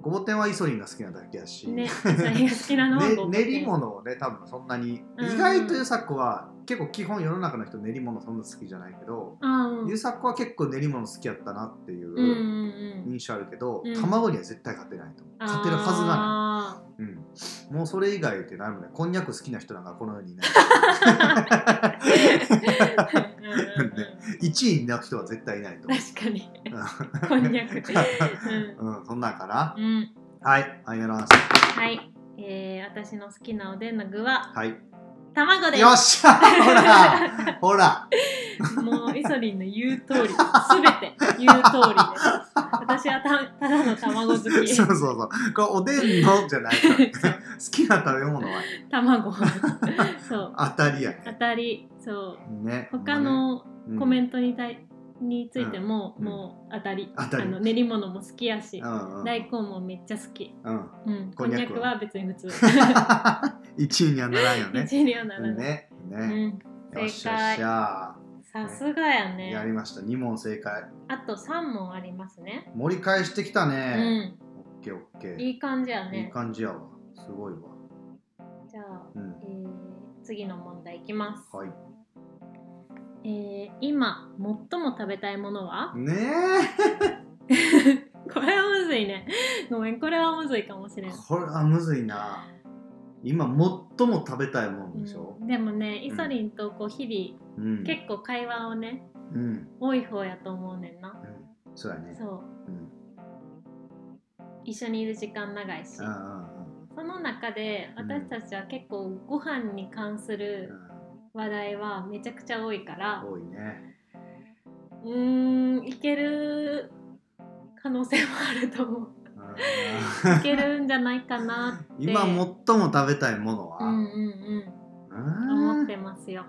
Speaker 2: ごぼ天はイソリンが好きなだけやし、
Speaker 1: うんね、野菜が好きなのは
Speaker 2: ね
Speaker 1: ごぼ天
Speaker 2: 練り物をね多分そんなに、
Speaker 1: うん
Speaker 2: 意外とゆさこは結構基本世の中の人練り物そんな好きじゃないけど、
Speaker 1: あーうん
Speaker 2: ゆさこは結構練り物好きやったなってい
Speaker 1: う
Speaker 2: う。
Speaker 1: んうんうん
Speaker 2: 印象あるけど、
Speaker 1: うん
Speaker 2: 卵には絶対勝てないと思う勝てるはずがない
Speaker 1: あ
Speaker 2: うん、もうそれ以外ってなるねこんにゃく好きな人なんかこの世にい ない
Speaker 1: ーうんうんうん
Speaker 2: 1位になる人は絶対いないと思
Speaker 1: 確かに
Speaker 2: う
Speaker 1: こんにゃ く
Speaker 2: うん、うん、そんなんかな
Speaker 1: うん、うん、
Speaker 2: はいアイナの話
Speaker 1: はい、えー、私の好きなおでんの具は
Speaker 2: はい
Speaker 1: 卵です
Speaker 2: よっしゃほ らほら
Speaker 1: もうイソリンの言う通り、すべて言う通りです。私はたただの卵好
Speaker 2: そう
Speaker 1: き。
Speaker 2: そうそうこれおでんのじゃないからね
Speaker 1: そう
Speaker 2: 好きな食べ物は
Speaker 1: 卵。そう。
Speaker 2: 当たりや
Speaker 1: 当
Speaker 2: ね
Speaker 1: たり、そう。
Speaker 2: ね
Speaker 1: 他のコメ
Speaker 2: ン
Speaker 1: ントに対、についても、
Speaker 2: うん
Speaker 1: もう当たり。
Speaker 2: 当たり
Speaker 1: あの練り物も好きやし、
Speaker 2: うんうん
Speaker 1: 大根もめっちゃ好き。
Speaker 2: うん
Speaker 1: う ん。こ
Speaker 2: こん
Speaker 1: ん
Speaker 2: に
Speaker 1: に
Speaker 2: ゃ
Speaker 1: ゃ
Speaker 2: くは
Speaker 1: くは別に普通。
Speaker 2: 1位にはならんよね
Speaker 1: 一にはならない。
Speaker 2: ね
Speaker 1: うん。
Speaker 2: ね、よっしゃよっしゃ
Speaker 1: さすがや
Speaker 2: やり
Speaker 1: ね。
Speaker 2: ました2問正解
Speaker 1: あと三問ありますね。
Speaker 2: 盛り返してきた
Speaker 1: う
Speaker 2: ね、
Speaker 1: ん。
Speaker 2: オッケーオッケー
Speaker 1: いい感じや
Speaker 2: いい
Speaker 1: ね。
Speaker 2: 感じやわすごいわ
Speaker 1: じゃあ。
Speaker 2: うん
Speaker 1: えー次の問題いきます、
Speaker 2: はい
Speaker 1: えー今最も食べたいものは
Speaker 2: ね
Speaker 1: これはむずいね ごめんこれはむずいかもしれ
Speaker 2: え
Speaker 1: ん、
Speaker 2: これはむずいな今最も食べたいものでしょ
Speaker 1: うんでもねイソリンとこう日々、
Speaker 2: うん、うん、
Speaker 1: 結構会話をね
Speaker 2: うん、
Speaker 1: 多い方やと思うねんな
Speaker 2: そうやね
Speaker 1: そう
Speaker 2: うん
Speaker 1: 一緒にいる時間長いし
Speaker 2: うんうん
Speaker 1: その中で
Speaker 2: うん
Speaker 1: 私たちは結構ご飯に関す
Speaker 2: う
Speaker 1: る
Speaker 2: ん
Speaker 1: 話題はめちゃくちゃ多いから
Speaker 2: 多いね
Speaker 1: うーんいける可能性もあると思 う
Speaker 2: うん
Speaker 1: いけるんじゃないかなって
Speaker 2: 今最も食べたいものは、
Speaker 1: うんうん
Speaker 2: う
Speaker 1: うん
Speaker 2: ん
Speaker 1: 思ってますよ。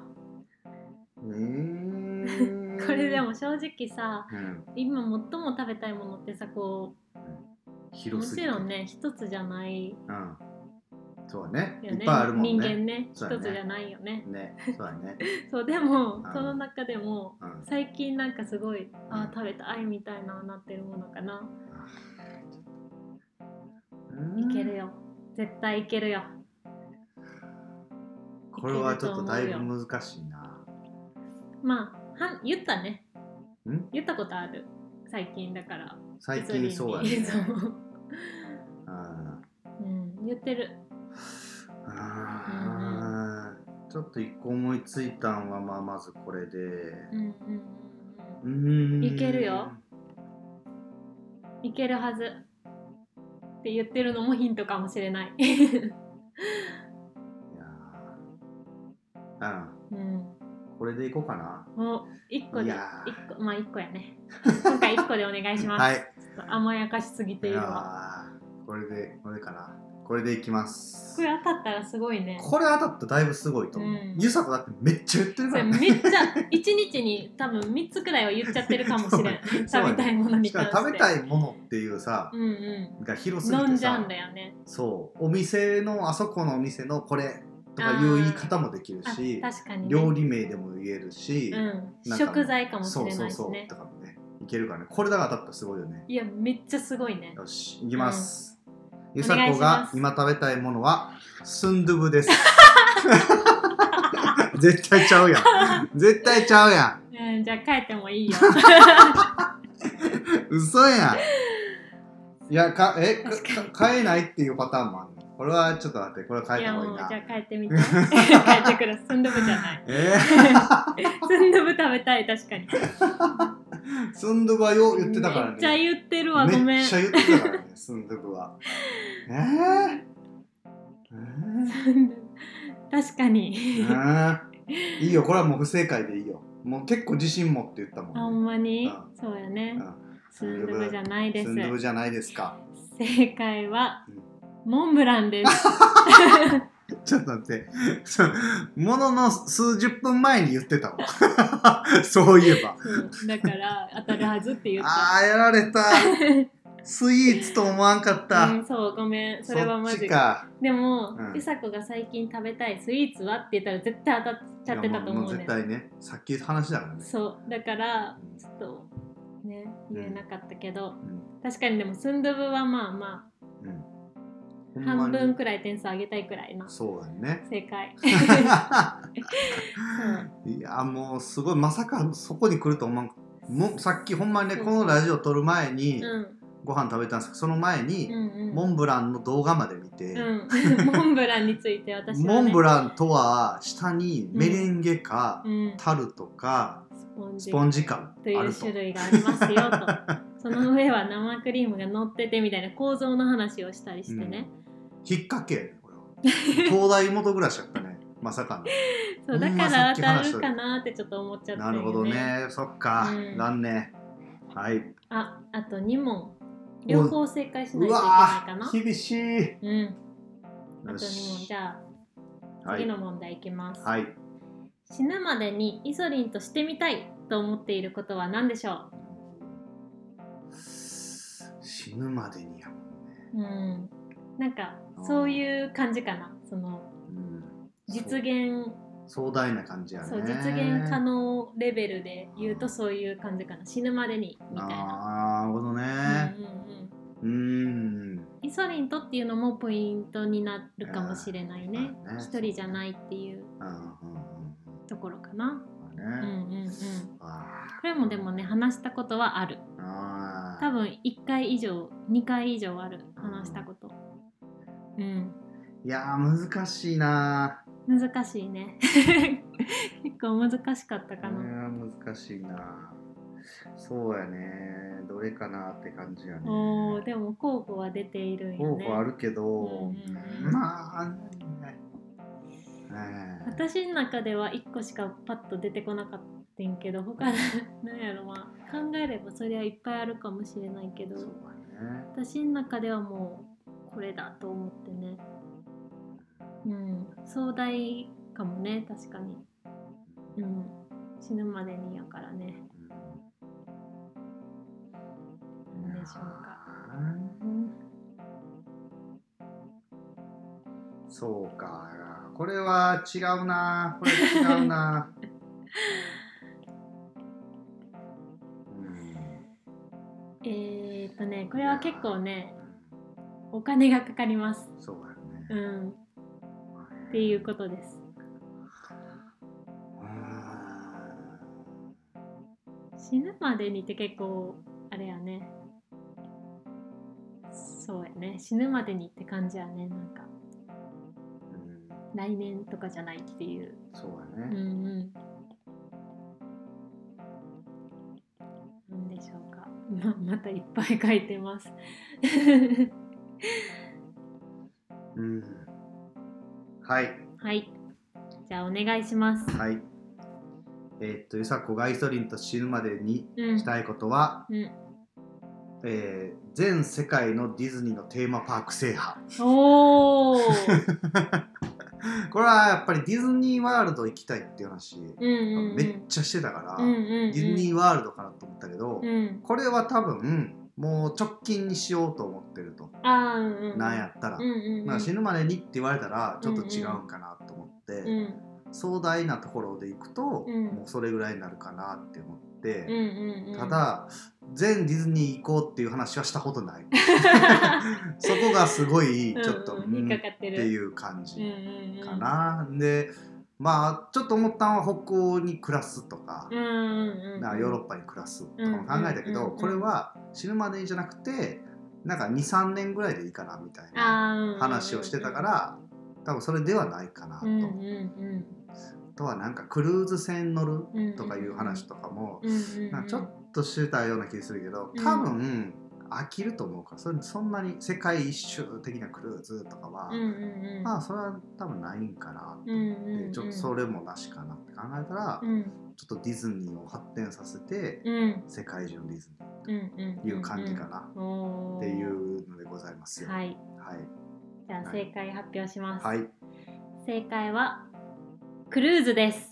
Speaker 2: ねえ
Speaker 1: これで、も正直さ
Speaker 2: うん、
Speaker 1: 今最も食べたいものってさこうも
Speaker 2: 広すぎ
Speaker 1: ち
Speaker 2: て
Speaker 1: ろんね一つじゃないよ
Speaker 2: うんそうね
Speaker 1: ね
Speaker 2: いっぱいあるもんね
Speaker 1: 人間ね一
Speaker 2: そうだね
Speaker 1: つじゃないよね。
Speaker 2: ねそうやね
Speaker 1: そうでも
Speaker 2: ん
Speaker 1: その中でも
Speaker 2: うん
Speaker 1: 最近なんかすごいあー食べたいみたいななってるものかな。
Speaker 2: う ん
Speaker 1: いけるよ絶対いけるよ。
Speaker 2: これはちょっとだいぶ難しいな。
Speaker 1: まあはん言ったね
Speaker 2: ん
Speaker 1: 言ったことある最近だから。
Speaker 2: 最近そうやね。
Speaker 1: 別に そう
Speaker 2: うん
Speaker 1: うん、言ってる。
Speaker 2: あーちょっと一個思いついたんはまあまずこれで。
Speaker 1: うんうんうん
Speaker 2: うーん
Speaker 1: いけるよ。うん、いけるはずって言ってるのもヒントかもしれない。
Speaker 2: いやー
Speaker 1: うん、
Speaker 2: うん、これでいこうかな。
Speaker 1: もう一個
Speaker 2: い
Speaker 1: で一
Speaker 2: や
Speaker 1: 個まあ一個や ね。今回一個でお願いします。
Speaker 2: はい。
Speaker 1: ちょっと甘やかしすぎて
Speaker 2: い
Speaker 1: いる
Speaker 2: や
Speaker 1: わ。
Speaker 2: ーこれでこれかな。これでいきます
Speaker 1: こ。れ当たったらすごいね。
Speaker 2: これ当たったらだいぶすごいと思う
Speaker 1: うん。
Speaker 2: ゆさこだってめっちゃ言ってる
Speaker 1: そ
Speaker 2: か
Speaker 1: れ
Speaker 2: らね。
Speaker 1: めっちゃ一日に多分三つくらいは言っちゃってるかもしれん。
Speaker 2: そう
Speaker 1: 食べたいものに
Speaker 2: しか
Speaker 1: 関
Speaker 2: も
Speaker 1: して。
Speaker 2: 食べたいものっていうさ
Speaker 1: うんう
Speaker 2: が広
Speaker 1: ん。
Speaker 2: すぎ
Speaker 1: ノン
Speaker 2: て
Speaker 1: ジャ
Speaker 2: さ
Speaker 1: ンルやね。
Speaker 2: そうお店のあそこのお店のこれとかいう言い方もできる
Speaker 1: あ
Speaker 2: し
Speaker 1: 確かに、ね。
Speaker 2: 料理名でも言えるし、
Speaker 1: う
Speaker 2: なん
Speaker 1: ん、
Speaker 2: か
Speaker 1: 食材かもし
Speaker 2: そう
Speaker 1: れ
Speaker 2: そ
Speaker 1: な
Speaker 2: う
Speaker 1: いし
Speaker 2: そう
Speaker 1: ね
Speaker 2: とかもねいけるからねこれだからだったらすごいよね
Speaker 1: いやめっちゃすごいね
Speaker 2: よしいきます、ゆ
Speaker 1: お
Speaker 2: さ
Speaker 1: 願い
Speaker 2: こ
Speaker 1: し
Speaker 2: が
Speaker 1: ます
Speaker 2: 今食べたいものはスンドゥブです絶対ちゃうやん絶対ちゃうや
Speaker 1: うんじゃあ帰ってもいいよ
Speaker 2: ん嘘や んいやかえか
Speaker 1: 確かに
Speaker 2: か買えないっていうパターンもあるのこれはちょっと待ってこれは変
Speaker 1: い
Speaker 2: えた
Speaker 1: や
Speaker 2: 方がい
Speaker 1: も
Speaker 2: いう
Speaker 1: じ
Speaker 2: な
Speaker 1: ゃあ帰って みて帰ってくるスンドゥブじゃない
Speaker 2: えー
Speaker 1: スンドゥブ食べたい確かに
Speaker 2: スンドゥブはよう言ってたからね。
Speaker 1: めっちゃ言ってるわごめ
Speaker 2: め
Speaker 1: ん
Speaker 2: っちゃ
Speaker 1: ス
Speaker 2: 言ってたからね、スンドゥ ブは。えー、
Speaker 1: ンドゥブ確か
Speaker 2: え
Speaker 1: に
Speaker 2: ー、えー、いいよ、これはもう不正解でいいよ。もう結構自信持って言ったも
Speaker 1: あほ
Speaker 2: んね。
Speaker 1: んまに
Speaker 2: う
Speaker 1: そうやね
Speaker 2: うん
Speaker 1: スンドゥブじゃないで
Speaker 2: スンドゥブ
Speaker 1: す
Speaker 2: じゃないですか。
Speaker 1: 正解はモンブランです
Speaker 2: ちょっと待って、 そうものの数十分前に言ってた わ。そういえば。
Speaker 1: そうだから当たるはずって言った
Speaker 2: あー、やられた。スイーツと思わんかった、
Speaker 1: うん、そうごめんそれはマ
Speaker 2: そっ
Speaker 1: ジ
Speaker 2: ちか
Speaker 1: でも
Speaker 2: うん
Speaker 1: ゆさこが最近食べたいスイーツはって言ったら絶対当たっちゃってたと
Speaker 2: いや
Speaker 1: 思
Speaker 2: もうも
Speaker 1: う
Speaker 2: う
Speaker 1: ね
Speaker 2: 絶対ねさっきの話だからね
Speaker 1: そうだから
Speaker 2: うん
Speaker 1: ちょっとね言えなかったけど
Speaker 2: うん
Speaker 1: 確かにでもスンドゥブはまあま
Speaker 2: うんほ
Speaker 1: あ
Speaker 2: んま
Speaker 1: 半
Speaker 2: に
Speaker 1: 分くらい点数上げたいくらいな
Speaker 2: そうだ ね
Speaker 1: 正 解
Speaker 2: いやもうすごいまさかそこに来ると思わんもうさっきほんまにね
Speaker 1: そう
Speaker 2: このラジオ撮る前に
Speaker 1: うん
Speaker 2: ご飯食べたんですけどその前
Speaker 1: う
Speaker 2: に
Speaker 1: んうん
Speaker 2: モンブランの動画まで見て、
Speaker 1: うん、モンブランについて私は、ね、
Speaker 2: モンブ
Speaker 1: ラ
Speaker 2: ランとは下にメレンゲか、
Speaker 1: うん、
Speaker 2: タルトか
Speaker 1: スポン
Speaker 2: ス
Speaker 1: ジ
Speaker 2: ポンジか
Speaker 1: とい
Speaker 2: ある
Speaker 1: う
Speaker 2: と
Speaker 1: 種類がありますよとその上は生クリームが乗っててみたいな構造の話をしたりしてね、
Speaker 2: 引っ掛けやねこ れは東大元暮らしやったねまさかの
Speaker 1: そうだ
Speaker 2: ほん
Speaker 1: か
Speaker 2: ま
Speaker 1: ら
Speaker 2: さっ
Speaker 1: 当
Speaker 2: き
Speaker 1: た
Speaker 2: 話し
Speaker 1: る
Speaker 2: た
Speaker 1: かなってちょっと思っちゃったよ、
Speaker 2: な
Speaker 1: ね、
Speaker 2: るほどねそっか、
Speaker 1: うん
Speaker 2: 残念はい
Speaker 1: ああと2問両方正解しないうといけ
Speaker 2: わ
Speaker 1: ないかな
Speaker 2: ー厳しい
Speaker 1: うんあと
Speaker 2: よ
Speaker 1: 2問
Speaker 2: し
Speaker 1: じゃあ
Speaker 2: は
Speaker 1: 次
Speaker 2: い
Speaker 1: の問題いきます、
Speaker 2: はい
Speaker 1: 死ぬまでにイソリンとしてみたいと思っていることは何でしょ
Speaker 2: 死ぬまでにやもんね、
Speaker 1: ううんなんかそういう感じかなその
Speaker 2: うん、
Speaker 1: 実現
Speaker 2: そう壮大な感じやね
Speaker 1: そう実現可能レベルで言うとそういう感じかな死ぬまでにみたいな。
Speaker 2: なるほどね
Speaker 1: うんうんうん
Speaker 2: うーん
Speaker 1: イソリンとっていうのもポイントになるかもしれないね
Speaker 2: あーまあね
Speaker 1: 一、人じゃないっていう
Speaker 2: うんうん
Speaker 1: ところかな、
Speaker 2: うんう
Speaker 1: うんん
Speaker 2: まあね、
Speaker 1: うんうん、
Speaker 2: あ
Speaker 1: これもでもね話したことはある
Speaker 2: ーあー
Speaker 1: 多分1回以上2回以上ある話したことうん
Speaker 2: いやー難しいな
Speaker 1: 難しいね 結構難しかったか
Speaker 2: ー
Speaker 1: な、
Speaker 2: うん難しいなそうやねどれかなって感じやね
Speaker 1: おーでも候補は出ているんよ
Speaker 2: 候
Speaker 1: ね
Speaker 2: 補あるけど、
Speaker 1: うんうんうん
Speaker 2: まあ、ねえ
Speaker 1: 私の中では1個しかパッと出てこなかったんけど他のなんやろまあ考えればそりゃいっぱいあるかもしれないけど
Speaker 2: そうだね
Speaker 1: 私の中ではもうこれだと思ってねうん壮大かもね確かにうん死ぬまでにやからね
Speaker 2: うん
Speaker 1: 何でしょうか
Speaker 2: そうかこれは違うなこれ違うな うん
Speaker 1: えー、っとねこれは結構ねお金がかかります
Speaker 2: そうだよね、
Speaker 1: うんっていうことです
Speaker 2: う
Speaker 1: 死ぬまでにって結構あれやねそうやね死ぬまでにって感じやねなんか
Speaker 2: んうん
Speaker 1: 来年とかじゃないっていう
Speaker 2: そう
Speaker 1: う
Speaker 2: だ
Speaker 1: んう
Speaker 2: ね、
Speaker 1: んなんでしょうかままたいっぱい書いてます
Speaker 2: うん、はい
Speaker 1: はいじゃあお願いします
Speaker 2: はいえーっとゆさこがイソリンと死ぬまでに
Speaker 1: うん
Speaker 2: したいことは、
Speaker 1: うん、
Speaker 2: えー全世界のディズニーのテーマパーク制覇
Speaker 1: おお
Speaker 2: これはやっぱりディズニーワールド行きたいっていう話、
Speaker 1: うんうんうん
Speaker 2: めっちゃしてたから、
Speaker 1: うんうんうん
Speaker 2: ディズニーワールドかなと思ったけど、
Speaker 1: うん
Speaker 2: これは多分もう直近にしようと思ってると、
Speaker 1: あーうんうん
Speaker 2: なんやったら、
Speaker 1: うんうんうん
Speaker 2: まあ、死ぬまでにって言われたらちょっと違うんかなと思って、
Speaker 1: うん
Speaker 2: 壮大なところで行くと、
Speaker 1: うん
Speaker 2: もうそれぐらいになるかなって思
Speaker 1: うん
Speaker 2: っ
Speaker 1: う
Speaker 2: て、
Speaker 1: んうん
Speaker 2: ただ全ディズニー行こうっていう話はしたことない そこがすごいちょっと、
Speaker 1: うんうん
Speaker 2: うん
Speaker 1: 引っ
Speaker 2: っ
Speaker 1: かかって
Speaker 2: て
Speaker 1: る
Speaker 2: いう感じ。
Speaker 1: うんうんうん
Speaker 2: かな、でまあちょっと思ったのは北欧に暮らすとか,、
Speaker 1: うんうんうん
Speaker 2: なんかヨーロッパに暮らすとかも考えたけ
Speaker 1: うんうんう
Speaker 2: ど、
Speaker 1: んうん
Speaker 2: これは死ぬまでにじゃなくてなんか23年ぐらいでいいかなみたいな
Speaker 1: あーうんうんうん
Speaker 2: 話をしてたから、多分それではないかなと、
Speaker 1: うんうん
Speaker 2: あとはなんかクルーズ船乗る
Speaker 1: うん
Speaker 2: とかいう話とかも、
Speaker 1: うんうんうん
Speaker 2: なんかちょっとしてたような気するけど
Speaker 1: うん
Speaker 2: 多分、飽きると思うからそれそんなに世界一周的なクルーズとかは、
Speaker 1: うんうんうん
Speaker 2: まあそれは多分ないんかなと
Speaker 1: うんうんう
Speaker 2: で
Speaker 1: ん
Speaker 2: ちょっとそれもなしかなって考えたら、
Speaker 1: う
Speaker 2: ちょ
Speaker 1: ん
Speaker 2: っとディズニーを発展させて、
Speaker 1: うん
Speaker 2: 世界中のディズニー
Speaker 1: うんうん
Speaker 2: という感じかな
Speaker 1: おー
Speaker 2: っていうのでございますよ。はい、
Speaker 1: はいじゃあ
Speaker 2: はい
Speaker 1: 正解発表します
Speaker 2: はい。
Speaker 1: 正解はクルーズです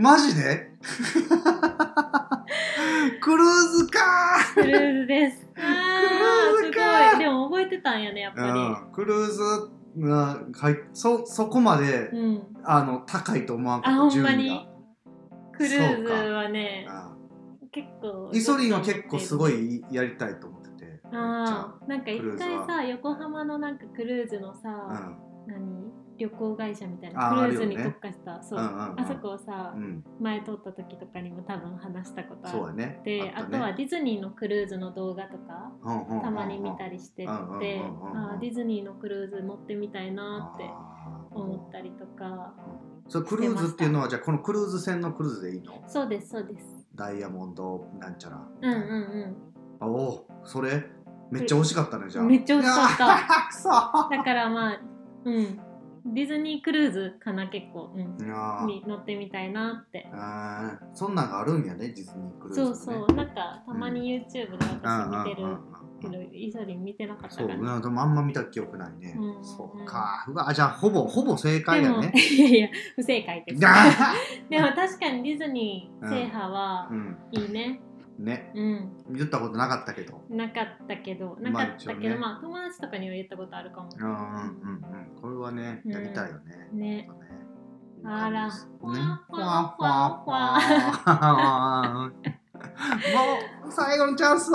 Speaker 2: マジで クルーズか
Speaker 1: クルーズですあぱり、
Speaker 2: うん、クルーズがはいそそこまで、
Speaker 1: うん、
Speaker 2: あの高いと思わんか
Speaker 1: あ
Speaker 2: った
Speaker 1: ほんまにクルーズ
Speaker 2: そう
Speaker 1: はね
Speaker 2: あ
Speaker 1: 結構
Speaker 2: イソリンは結構すごいやりたいと思っててめっちゃ
Speaker 1: あーなんか一
Speaker 2: クルー
Speaker 1: 回
Speaker 2: ズ
Speaker 1: さ横浜のなんかクルーズの
Speaker 2: う
Speaker 1: さ、
Speaker 2: ん
Speaker 1: 何旅行会社みたい
Speaker 2: あー
Speaker 1: なクルーズに
Speaker 2: あるよね
Speaker 1: 特化した、そう、
Speaker 2: うんうんうん
Speaker 1: あそこをさ、
Speaker 2: うん
Speaker 1: 前通った時とかにも多分話したことあ
Speaker 2: そう
Speaker 1: っ
Speaker 2: やね
Speaker 1: てあ,、
Speaker 2: った
Speaker 1: とは
Speaker 2: ね
Speaker 1: ディズニーのクルーズの動画とか
Speaker 2: うんうんうんうん
Speaker 1: たまに見たりしてて、
Speaker 2: うんうんうんうんうん
Speaker 1: あーディズニーのクルーズ乗ってみたいなって
Speaker 2: あー
Speaker 1: 思ったりとか
Speaker 2: それクルーズっていうのはじゃあこのクルーズ船のクルーズでいいの
Speaker 1: そうですそうです
Speaker 2: ダイヤモンドなんちゃら
Speaker 1: うんうん
Speaker 2: あおうそれめっちゃ惜しかったねじゃあ
Speaker 1: めっちゃ惜しかった
Speaker 2: たくそあ
Speaker 1: うんだからまあうんディズニークルーズかな結構、うん
Speaker 2: ー
Speaker 1: に乗ってみたいなって
Speaker 2: あーそんなんがあるんやねディズニークルーズ
Speaker 1: そ
Speaker 2: も
Speaker 1: う
Speaker 2: ね
Speaker 1: そうなんかたまに YouTube で
Speaker 2: うんうん
Speaker 1: 私見て
Speaker 2: うん
Speaker 1: る
Speaker 2: う
Speaker 1: け
Speaker 2: ん
Speaker 1: どイソリン見てなかった
Speaker 2: そう
Speaker 1: から
Speaker 2: うんでもあんま見た記憶ないね
Speaker 1: うん
Speaker 2: そうかうわじゃあほぼほぼ正解
Speaker 1: で
Speaker 2: や
Speaker 1: も、
Speaker 2: ね
Speaker 1: いやいや不正解 です
Speaker 2: あ
Speaker 1: でも確かにディズニー制覇は
Speaker 2: ーうん
Speaker 1: いいね
Speaker 2: ね
Speaker 1: うん
Speaker 2: 言ったことなかったけど
Speaker 1: なかったけど、な
Speaker 2: ま
Speaker 1: か
Speaker 2: あ
Speaker 1: ったけ
Speaker 2: 一応ね
Speaker 1: ど、まあ、友達とかには言ったことあるかも。
Speaker 2: うんうんうんうんこれはねやりたいよね
Speaker 1: ね、あら
Speaker 2: ね、
Speaker 1: ふわふわふわふわ
Speaker 2: もう最後のチャ ンスを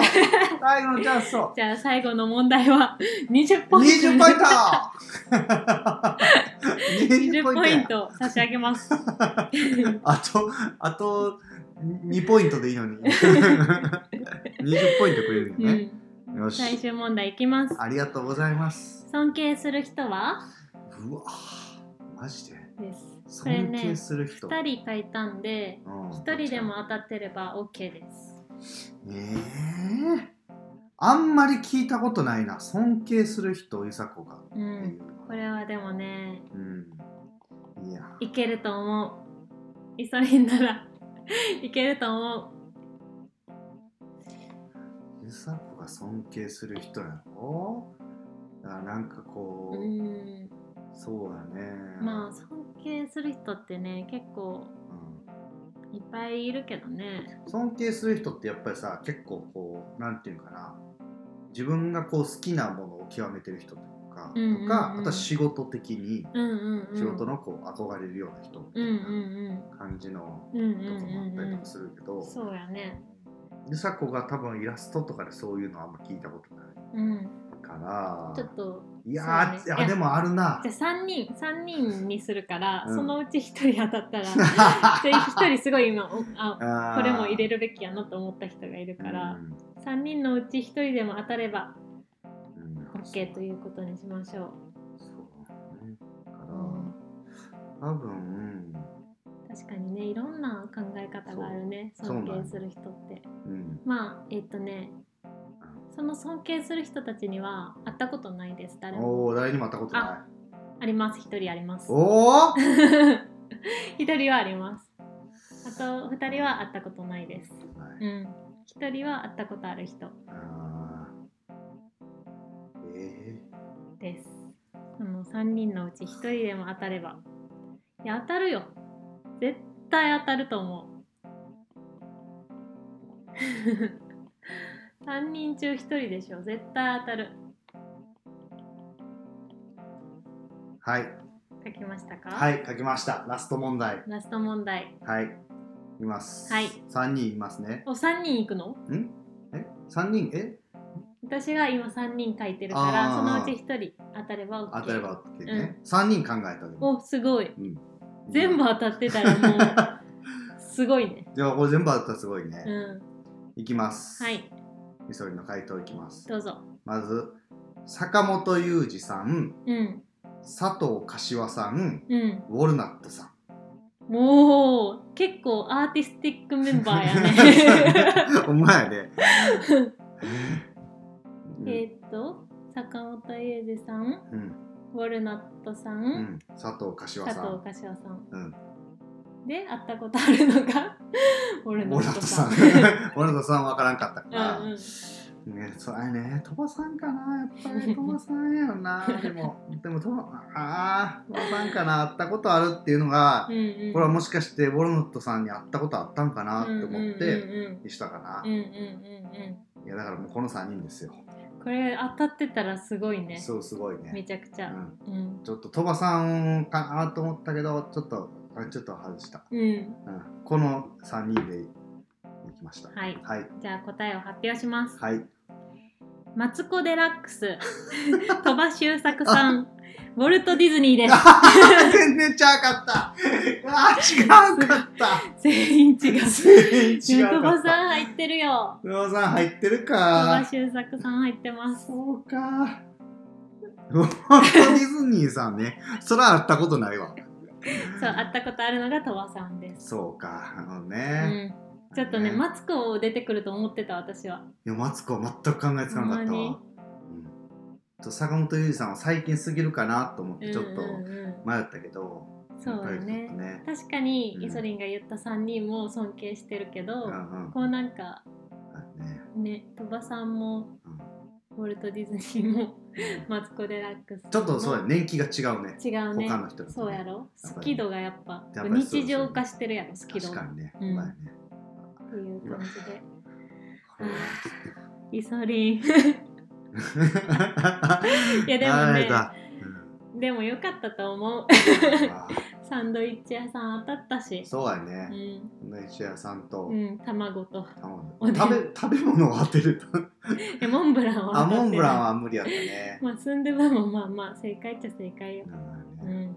Speaker 2: 最後のチャンスを
Speaker 1: じゃあ最後の問題は 20ポイント。
Speaker 2: 20ポ
Speaker 1: 20
Speaker 2: イント20
Speaker 1: ポイン
Speaker 2: や
Speaker 1: ト差し上げます。
Speaker 2: あとあと2ポイントでいい のに20ポイントくれるよ
Speaker 1: う
Speaker 2: ね、
Speaker 1: ん、
Speaker 2: よ
Speaker 1: 最
Speaker 2: し
Speaker 1: 終問題いきます。
Speaker 2: ありがとうございます
Speaker 1: 尊敬する人は
Speaker 2: うわマジで
Speaker 1: です。これ
Speaker 2: 尊敬
Speaker 1: ね、
Speaker 2: する人、
Speaker 1: 2人書いたんで、
Speaker 2: うん
Speaker 1: 1人でも当たってれば OK です。
Speaker 2: ええあんまり聞いたことないな尊敬する人いさこが
Speaker 1: う
Speaker 2: ってい
Speaker 1: ん、
Speaker 2: うの
Speaker 1: これはでもね、
Speaker 2: うんいや
Speaker 1: いけると思う。イソリンなら いけると思う。
Speaker 2: ゆさこが尊敬する人やろだからなんかこ
Speaker 1: う
Speaker 2: う、
Speaker 1: ん
Speaker 2: そうだね
Speaker 1: まあ尊敬する人ってね結構
Speaker 2: う
Speaker 1: いっぱいいるけどね
Speaker 2: ん尊敬する人ってやっぱりさ結構こうなんていうかな自分がこう好きなものを極めてる人というか、
Speaker 1: うんうんうん
Speaker 2: とかあとは仕事的に
Speaker 1: うんうんうん
Speaker 2: 仕事のこう憧れるような人みた
Speaker 1: うん
Speaker 2: いうなん感じの
Speaker 1: うんうんう
Speaker 2: と
Speaker 1: ん
Speaker 2: かもあっ
Speaker 1: うん
Speaker 2: たりと
Speaker 1: う
Speaker 2: かするけど、
Speaker 1: んそうやね
Speaker 2: ゆさこが多分イラストとかでそういうのあんま聞いたことない
Speaker 1: うん
Speaker 2: から
Speaker 1: ちょっと
Speaker 2: いや
Speaker 1: そ
Speaker 2: ー、
Speaker 1: うね
Speaker 2: いやでもあるな
Speaker 1: じゃあ3人三人にするから、
Speaker 2: うん
Speaker 1: そのうち1人当たった ら1人すごい今おあこれも入れ
Speaker 2: る
Speaker 1: るべきやなと思った人がいるから、三3人のうち1人でも当たれば OK ということにしましょう
Speaker 2: そうねだから、
Speaker 1: うん
Speaker 2: 多分、
Speaker 1: 確かにねいろんな考え方があるね
Speaker 2: そう
Speaker 1: 尊敬する人って。
Speaker 2: うん、
Speaker 1: まあえっとねその尊敬する人たちには会ったことないです誰も
Speaker 2: おお誰にも会ったことな
Speaker 1: あります一人あります
Speaker 2: いおお
Speaker 1: 一人はありますあと二人は会ったことないですうん一人は会ったことある人
Speaker 2: あーえ
Speaker 1: ですその三人のうち一人でも当たればいや当たるよ絶対当たると思う 三人中一人でしょ絶対当たる
Speaker 2: ー、はい
Speaker 1: 書きましたか
Speaker 2: はい書きましたラスト問題
Speaker 1: ラスト問題
Speaker 2: はいいます
Speaker 1: はい
Speaker 2: 3人いますね
Speaker 1: お三人行くの
Speaker 2: んえ三人え
Speaker 1: 私が今3人書いてるから
Speaker 2: あー
Speaker 1: そのうち1人当たれば OK
Speaker 2: 当たれば OK ね、三人考えたでも
Speaker 1: おすごい
Speaker 2: うん
Speaker 1: 全部当たってたらもう すごいね
Speaker 2: じゃあこれ全部当たったらすごいね、
Speaker 1: うん
Speaker 2: いきます
Speaker 1: はい
Speaker 2: みそりの回答いきます
Speaker 1: どうぞ
Speaker 2: まず坂本雄二さん
Speaker 1: うん
Speaker 2: 佐藤柏さん
Speaker 1: うん
Speaker 2: ウォルナットさん
Speaker 1: もう結構アーティスティックメンバーやね
Speaker 2: お前やで、
Speaker 1: えーっと坂本裕二さん
Speaker 2: うんうん
Speaker 1: ウォルナットさん、
Speaker 2: うん、佐藤柏
Speaker 1: 佐
Speaker 2: さ
Speaker 1: 藤
Speaker 2: ん
Speaker 1: 柏さん、
Speaker 2: うん
Speaker 1: で会ったことあるのがウォ
Speaker 2: ウ
Speaker 1: ルナ
Speaker 2: ォルナ
Speaker 1: ッ
Speaker 2: ッ
Speaker 1: ト
Speaker 2: ト
Speaker 1: さ
Speaker 2: さ
Speaker 1: ん
Speaker 2: んウォルナットさん分からんかったか
Speaker 1: う
Speaker 2: ら、
Speaker 1: んうん
Speaker 2: ねそうやね鳥羽さんかなやっぱり鳥羽さんやろ なでもでも鳥羽あー鳥羽さんかな会ったことあるっていうのが、
Speaker 1: うんうん
Speaker 2: これはもしかしてウォルナットさんに会ったことあったんかなって思っ
Speaker 1: う
Speaker 2: て、
Speaker 1: んうんうんうん
Speaker 2: でしたかな、
Speaker 1: うんうんうんうん
Speaker 2: いやだからもうこの3人ですよ。
Speaker 1: これ当たってたらすごいね
Speaker 2: そうすごい
Speaker 1: め
Speaker 2: ね、
Speaker 1: ちゃくち
Speaker 2: う
Speaker 1: ゃ
Speaker 2: ん、
Speaker 1: うん
Speaker 2: ちょっと鳥羽さんかなと思ったけどちょっとあちょっと外した、
Speaker 1: うん
Speaker 2: うん、この3人でいきました
Speaker 1: はい
Speaker 2: はい
Speaker 1: じゃあ答えを発表します
Speaker 2: はい
Speaker 1: マツコ・デラック ス鳥羽周作さんウォルト・ディズニーです
Speaker 2: あー 全然ちゃうかったあー違うかった
Speaker 1: 全員違う
Speaker 2: 全然違
Speaker 1: 鳥
Speaker 2: うか
Speaker 1: 羽
Speaker 2: った
Speaker 1: さん入ってるよ
Speaker 2: 鳥羽さん入ってる
Speaker 1: 鳥羽
Speaker 2: か
Speaker 1: 周作さん入ってます
Speaker 2: そうかウォルト・ディズニーさんねそら会ったことないわ
Speaker 1: そう会ったことあるのが鳥羽さんです、
Speaker 2: そうかあの
Speaker 1: う
Speaker 2: ね、
Speaker 1: ん、ちょっとね
Speaker 2: ま
Speaker 1: マツコ出てくると思ってた私はい
Speaker 2: やマツコは全く考えつかなかった
Speaker 1: ほんま
Speaker 2: わ、
Speaker 1: に
Speaker 2: うん、と坂本龍二さんは最近すぎるかなと思ってちょっと
Speaker 1: うんうんうん
Speaker 2: 迷ったけど、
Speaker 1: そうだ
Speaker 2: やっぱりちょっ
Speaker 1: ね
Speaker 2: とね
Speaker 1: 確かに
Speaker 2: うん
Speaker 1: イソリンが言った3人も尊敬してるけど、
Speaker 2: うんうん
Speaker 1: こうなんか
Speaker 2: だね
Speaker 1: ね鳥羽さんも
Speaker 2: うん
Speaker 1: ウォルト・ディズニーもマツコ・デラックスも
Speaker 2: ちょっとそうや年季が違うね
Speaker 1: 違うね
Speaker 2: 他の人とね
Speaker 1: そうやろ
Speaker 2: やっぱり
Speaker 1: 好き度がやっぱ
Speaker 2: やっぱりそう
Speaker 1: 日常化してるやろ好き度
Speaker 2: 確か
Speaker 1: っ
Speaker 2: にね、
Speaker 1: うん
Speaker 2: まあね
Speaker 1: ていう感じで
Speaker 2: これは
Speaker 1: イソリン
Speaker 2: い
Speaker 1: やでもね
Speaker 2: だ
Speaker 1: でもよかったと思う
Speaker 2: うんあ
Speaker 1: サンドイッチ屋さん当たったし
Speaker 2: ーそうや
Speaker 1: う
Speaker 2: ね、
Speaker 1: ん、
Speaker 2: この石屋さんと、
Speaker 1: うん、卵とおでん
Speaker 2: 食べ食べ物を当 てると
Speaker 1: えモンブランは
Speaker 2: あ
Speaker 1: 当たってない
Speaker 2: モンブランは無理やったね、
Speaker 1: まあスンドゥブもまあまあ正解っちゃ正解よ、
Speaker 2: う ん
Speaker 1: うん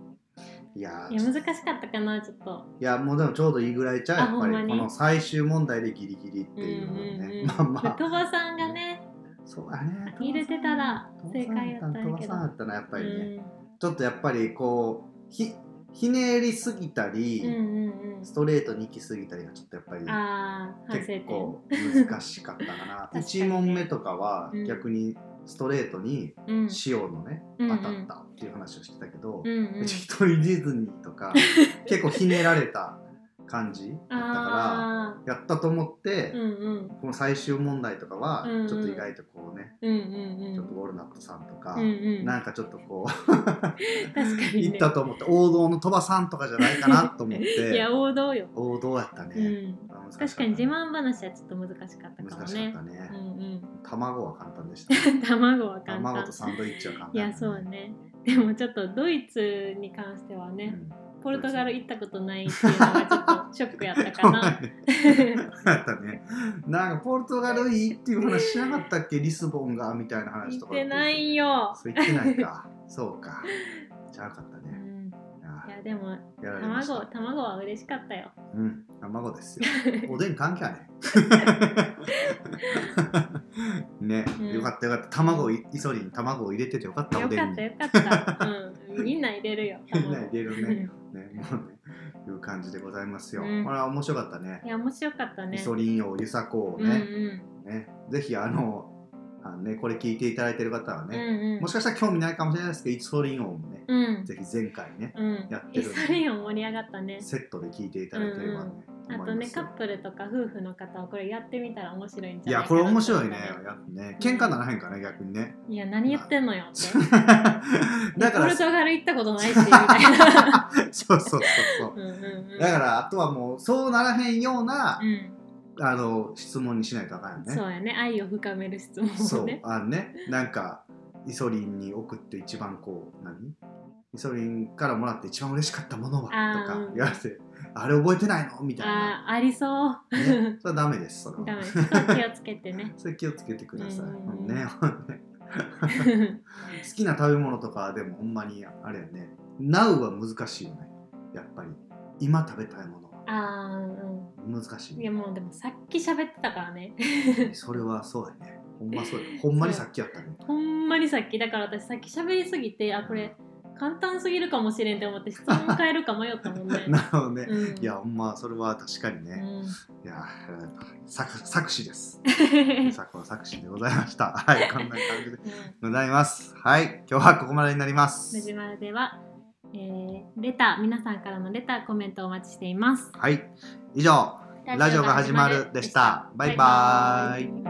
Speaker 2: いや
Speaker 1: い
Speaker 2: ー
Speaker 1: や難しかったかなちょっと
Speaker 2: いやもうでもちょうどいいぐらいちゃう
Speaker 1: あ
Speaker 2: やっぱ
Speaker 1: ほんま
Speaker 2: り
Speaker 1: に
Speaker 2: この最終問題でギリギリって
Speaker 1: うん
Speaker 2: いう
Speaker 1: うん
Speaker 2: ね、
Speaker 1: うん
Speaker 2: まあまあ
Speaker 1: 鳥羽さんがね
Speaker 2: そうだね
Speaker 1: 入れてたら正解やったんやけど
Speaker 2: 鳥羽さんやったなやっぱりね、ちょっとやっぱりこうひひねりすぎたり、
Speaker 1: うん、うんうん
Speaker 2: ストレートに行きすぎたりがちょっとやっぱり
Speaker 1: うんああ反省
Speaker 2: 結
Speaker 1: 点
Speaker 2: 構難しかったか な
Speaker 1: かにね
Speaker 2: 1問目とかは
Speaker 1: うん
Speaker 2: 逆にストレートに
Speaker 1: うん
Speaker 2: 塩のね、
Speaker 1: うん
Speaker 2: 当たったっていう話をしてたけど、
Speaker 1: うんうん
Speaker 2: うち一人ディズニーとか 結構ひねられた感じだったか
Speaker 1: あ
Speaker 2: らやったと思って、
Speaker 1: あうんうん
Speaker 2: この最終問題とかは
Speaker 1: うんうん
Speaker 2: ちょっと意外とこうね、
Speaker 1: うんうんうん
Speaker 2: ちょっとウォルナットさんとか、
Speaker 1: うんうん
Speaker 2: なんかちょっとこ
Speaker 1: 確かに、ね、
Speaker 2: う行ったと思って王道の鳥羽さんとかじゃないかなと思 っ
Speaker 1: い
Speaker 2: て
Speaker 1: や王道よ、
Speaker 2: 王道やったね。
Speaker 1: うん
Speaker 2: あ難し
Speaker 1: 確かに自慢話はちょっと難しかったかも
Speaker 2: 難しかっ
Speaker 1: ね
Speaker 2: たね、
Speaker 1: うん
Speaker 2: 卵は簡単でした、
Speaker 1: うん卵は 簡単
Speaker 2: 卵とサンドイッチは簡単
Speaker 1: い
Speaker 2: だ
Speaker 1: やそうねでもちょっとドイツに関しては
Speaker 2: う
Speaker 1: ね、
Speaker 2: ん
Speaker 1: ポルトガル行ったことないっていうのがちょっとショックやったか な
Speaker 2: そうやったねなんかポルトガルいいっていう話しなかった っけリスボンがみたいな話
Speaker 1: 行
Speaker 2: と
Speaker 1: っ
Speaker 2: か
Speaker 1: てないよ、
Speaker 2: そう言ってないかそうかじゃあよかった
Speaker 1: う
Speaker 2: ね
Speaker 1: ん、
Speaker 2: あ
Speaker 1: いやでも
Speaker 2: やられました
Speaker 1: 卵卵は嬉しかったよ
Speaker 2: うん卵です よおでん関係あねね、
Speaker 1: うん
Speaker 2: よかったよかった卵をいイソリン卵を入れててよかったお
Speaker 1: よ
Speaker 2: で
Speaker 1: か
Speaker 2: ん
Speaker 1: っ
Speaker 2: に
Speaker 1: たよかった、うん、みんな入れるよ
Speaker 2: みんな入れる
Speaker 1: ね
Speaker 2: ねね、もうね、いう感じでございますよ。
Speaker 1: うん
Speaker 2: これは面白かったね。
Speaker 1: いや面白かった
Speaker 2: イ
Speaker 1: ね
Speaker 2: ソリン王、ユサコ王
Speaker 1: うんう
Speaker 2: ね,、
Speaker 1: ん
Speaker 2: ね。ぜひあの、あのね、これ聞いていただいてる方は
Speaker 1: うん
Speaker 2: ね、
Speaker 1: うん
Speaker 2: もしかしたら興味ないかもしれないですけど、イソリン王もね、
Speaker 1: うん
Speaker 2: ぜひ前回ね、
Speaker 1: うん
Speaker 2: やって
Speaker 1: イ
Speaker 2: る
Speaker 1: ソリンを盛り上がったね
Speaker 2: セットで聞いていただければね。
Speaker 1: あ
Speaker 2: 思
Speaker 1: と
Speaker 2: いま
Speaker 1: ね
Speaker 2: す
Speaker 1: カ
Speaker 2: よ
Speaker 1: ップルとか夫婦の方はこれやってみたら面白いん
Speaker 2: い
Speaker 1: じゃ
Speaker 2: や、
Speaker 1: ないかな
Speaker 2: これ面白いね。
Speaker 1: と思っ
Speaker 2: やっぱね喧嘩ならへんかね、逆にね。
Speaker 1: たいや何言ってんのよって
Speaker 2: だか
Speaker 1: ポ
Speaker 2: ら
Speaker 1: ル、トガル行ったことないしみたい な
Speaker 2: そうそうそうそう。
Speaker 1: うんうんうん
Speaker 2: だから、あとはもう、そうならへんような、
Speaker 1: うん
Speaker 2: あの、質問にしないとあかんよね。
Speaker 1: そうやね愛を深める質問
Speaker 2: そ
Speaker 1: を
Speaker 2: う
Speaker 1: ね
Speaker 2: あのねなんかイソリンに送って一番こう何イソリンからもらって一番嬉しかったものはと
Speaker 1: あー
Speaker 2: か
Speaker 1: うん
Speaker 2: 言われてあれ覚えてないのみたいな、
Speaker 1: あーありそう
Speaker 2: ね、それはダメですそれは
Speaker 1: ダメですそこは気をつけて ね
Speaker 2: それ気をつけてください、
Speaker 1: うん
Speaker 2: ね好きな食べ物とかでもほんまにあれやね「Now」は難しいよねやっぱり今食べたいものは
Speaker 1: ああうん
Speaker 2: 難しい,、
Speaker 1: いやもうでもさっき喋ってたからね
Speaker 2: それはそうやねほんまそうやほんまにさっきやったね
Speaker 1: ほんまにさっきだから私さっき喋りすぎてあこれ簡単すぎるかもしれんって思って質 問変えるか迷ったもんね
Speaker 2: なるほどね、
Speaker 1: うん
Speaker 2: いやほんまそれは確かにね、
Speaker 1: うん
Speaker 2: いやー、作作詞です。作は作詞でございました。はい、こんな感じで
Speaker 1: うん
Speaker 2: ございます。はい、今日はここまでになります
Speaker 1: ム。ジマルでは、えーレター皆さんからのレターコメントお待ちしています
Speaker 2: はい、以上、ラジオが始まるでした。バイバーイ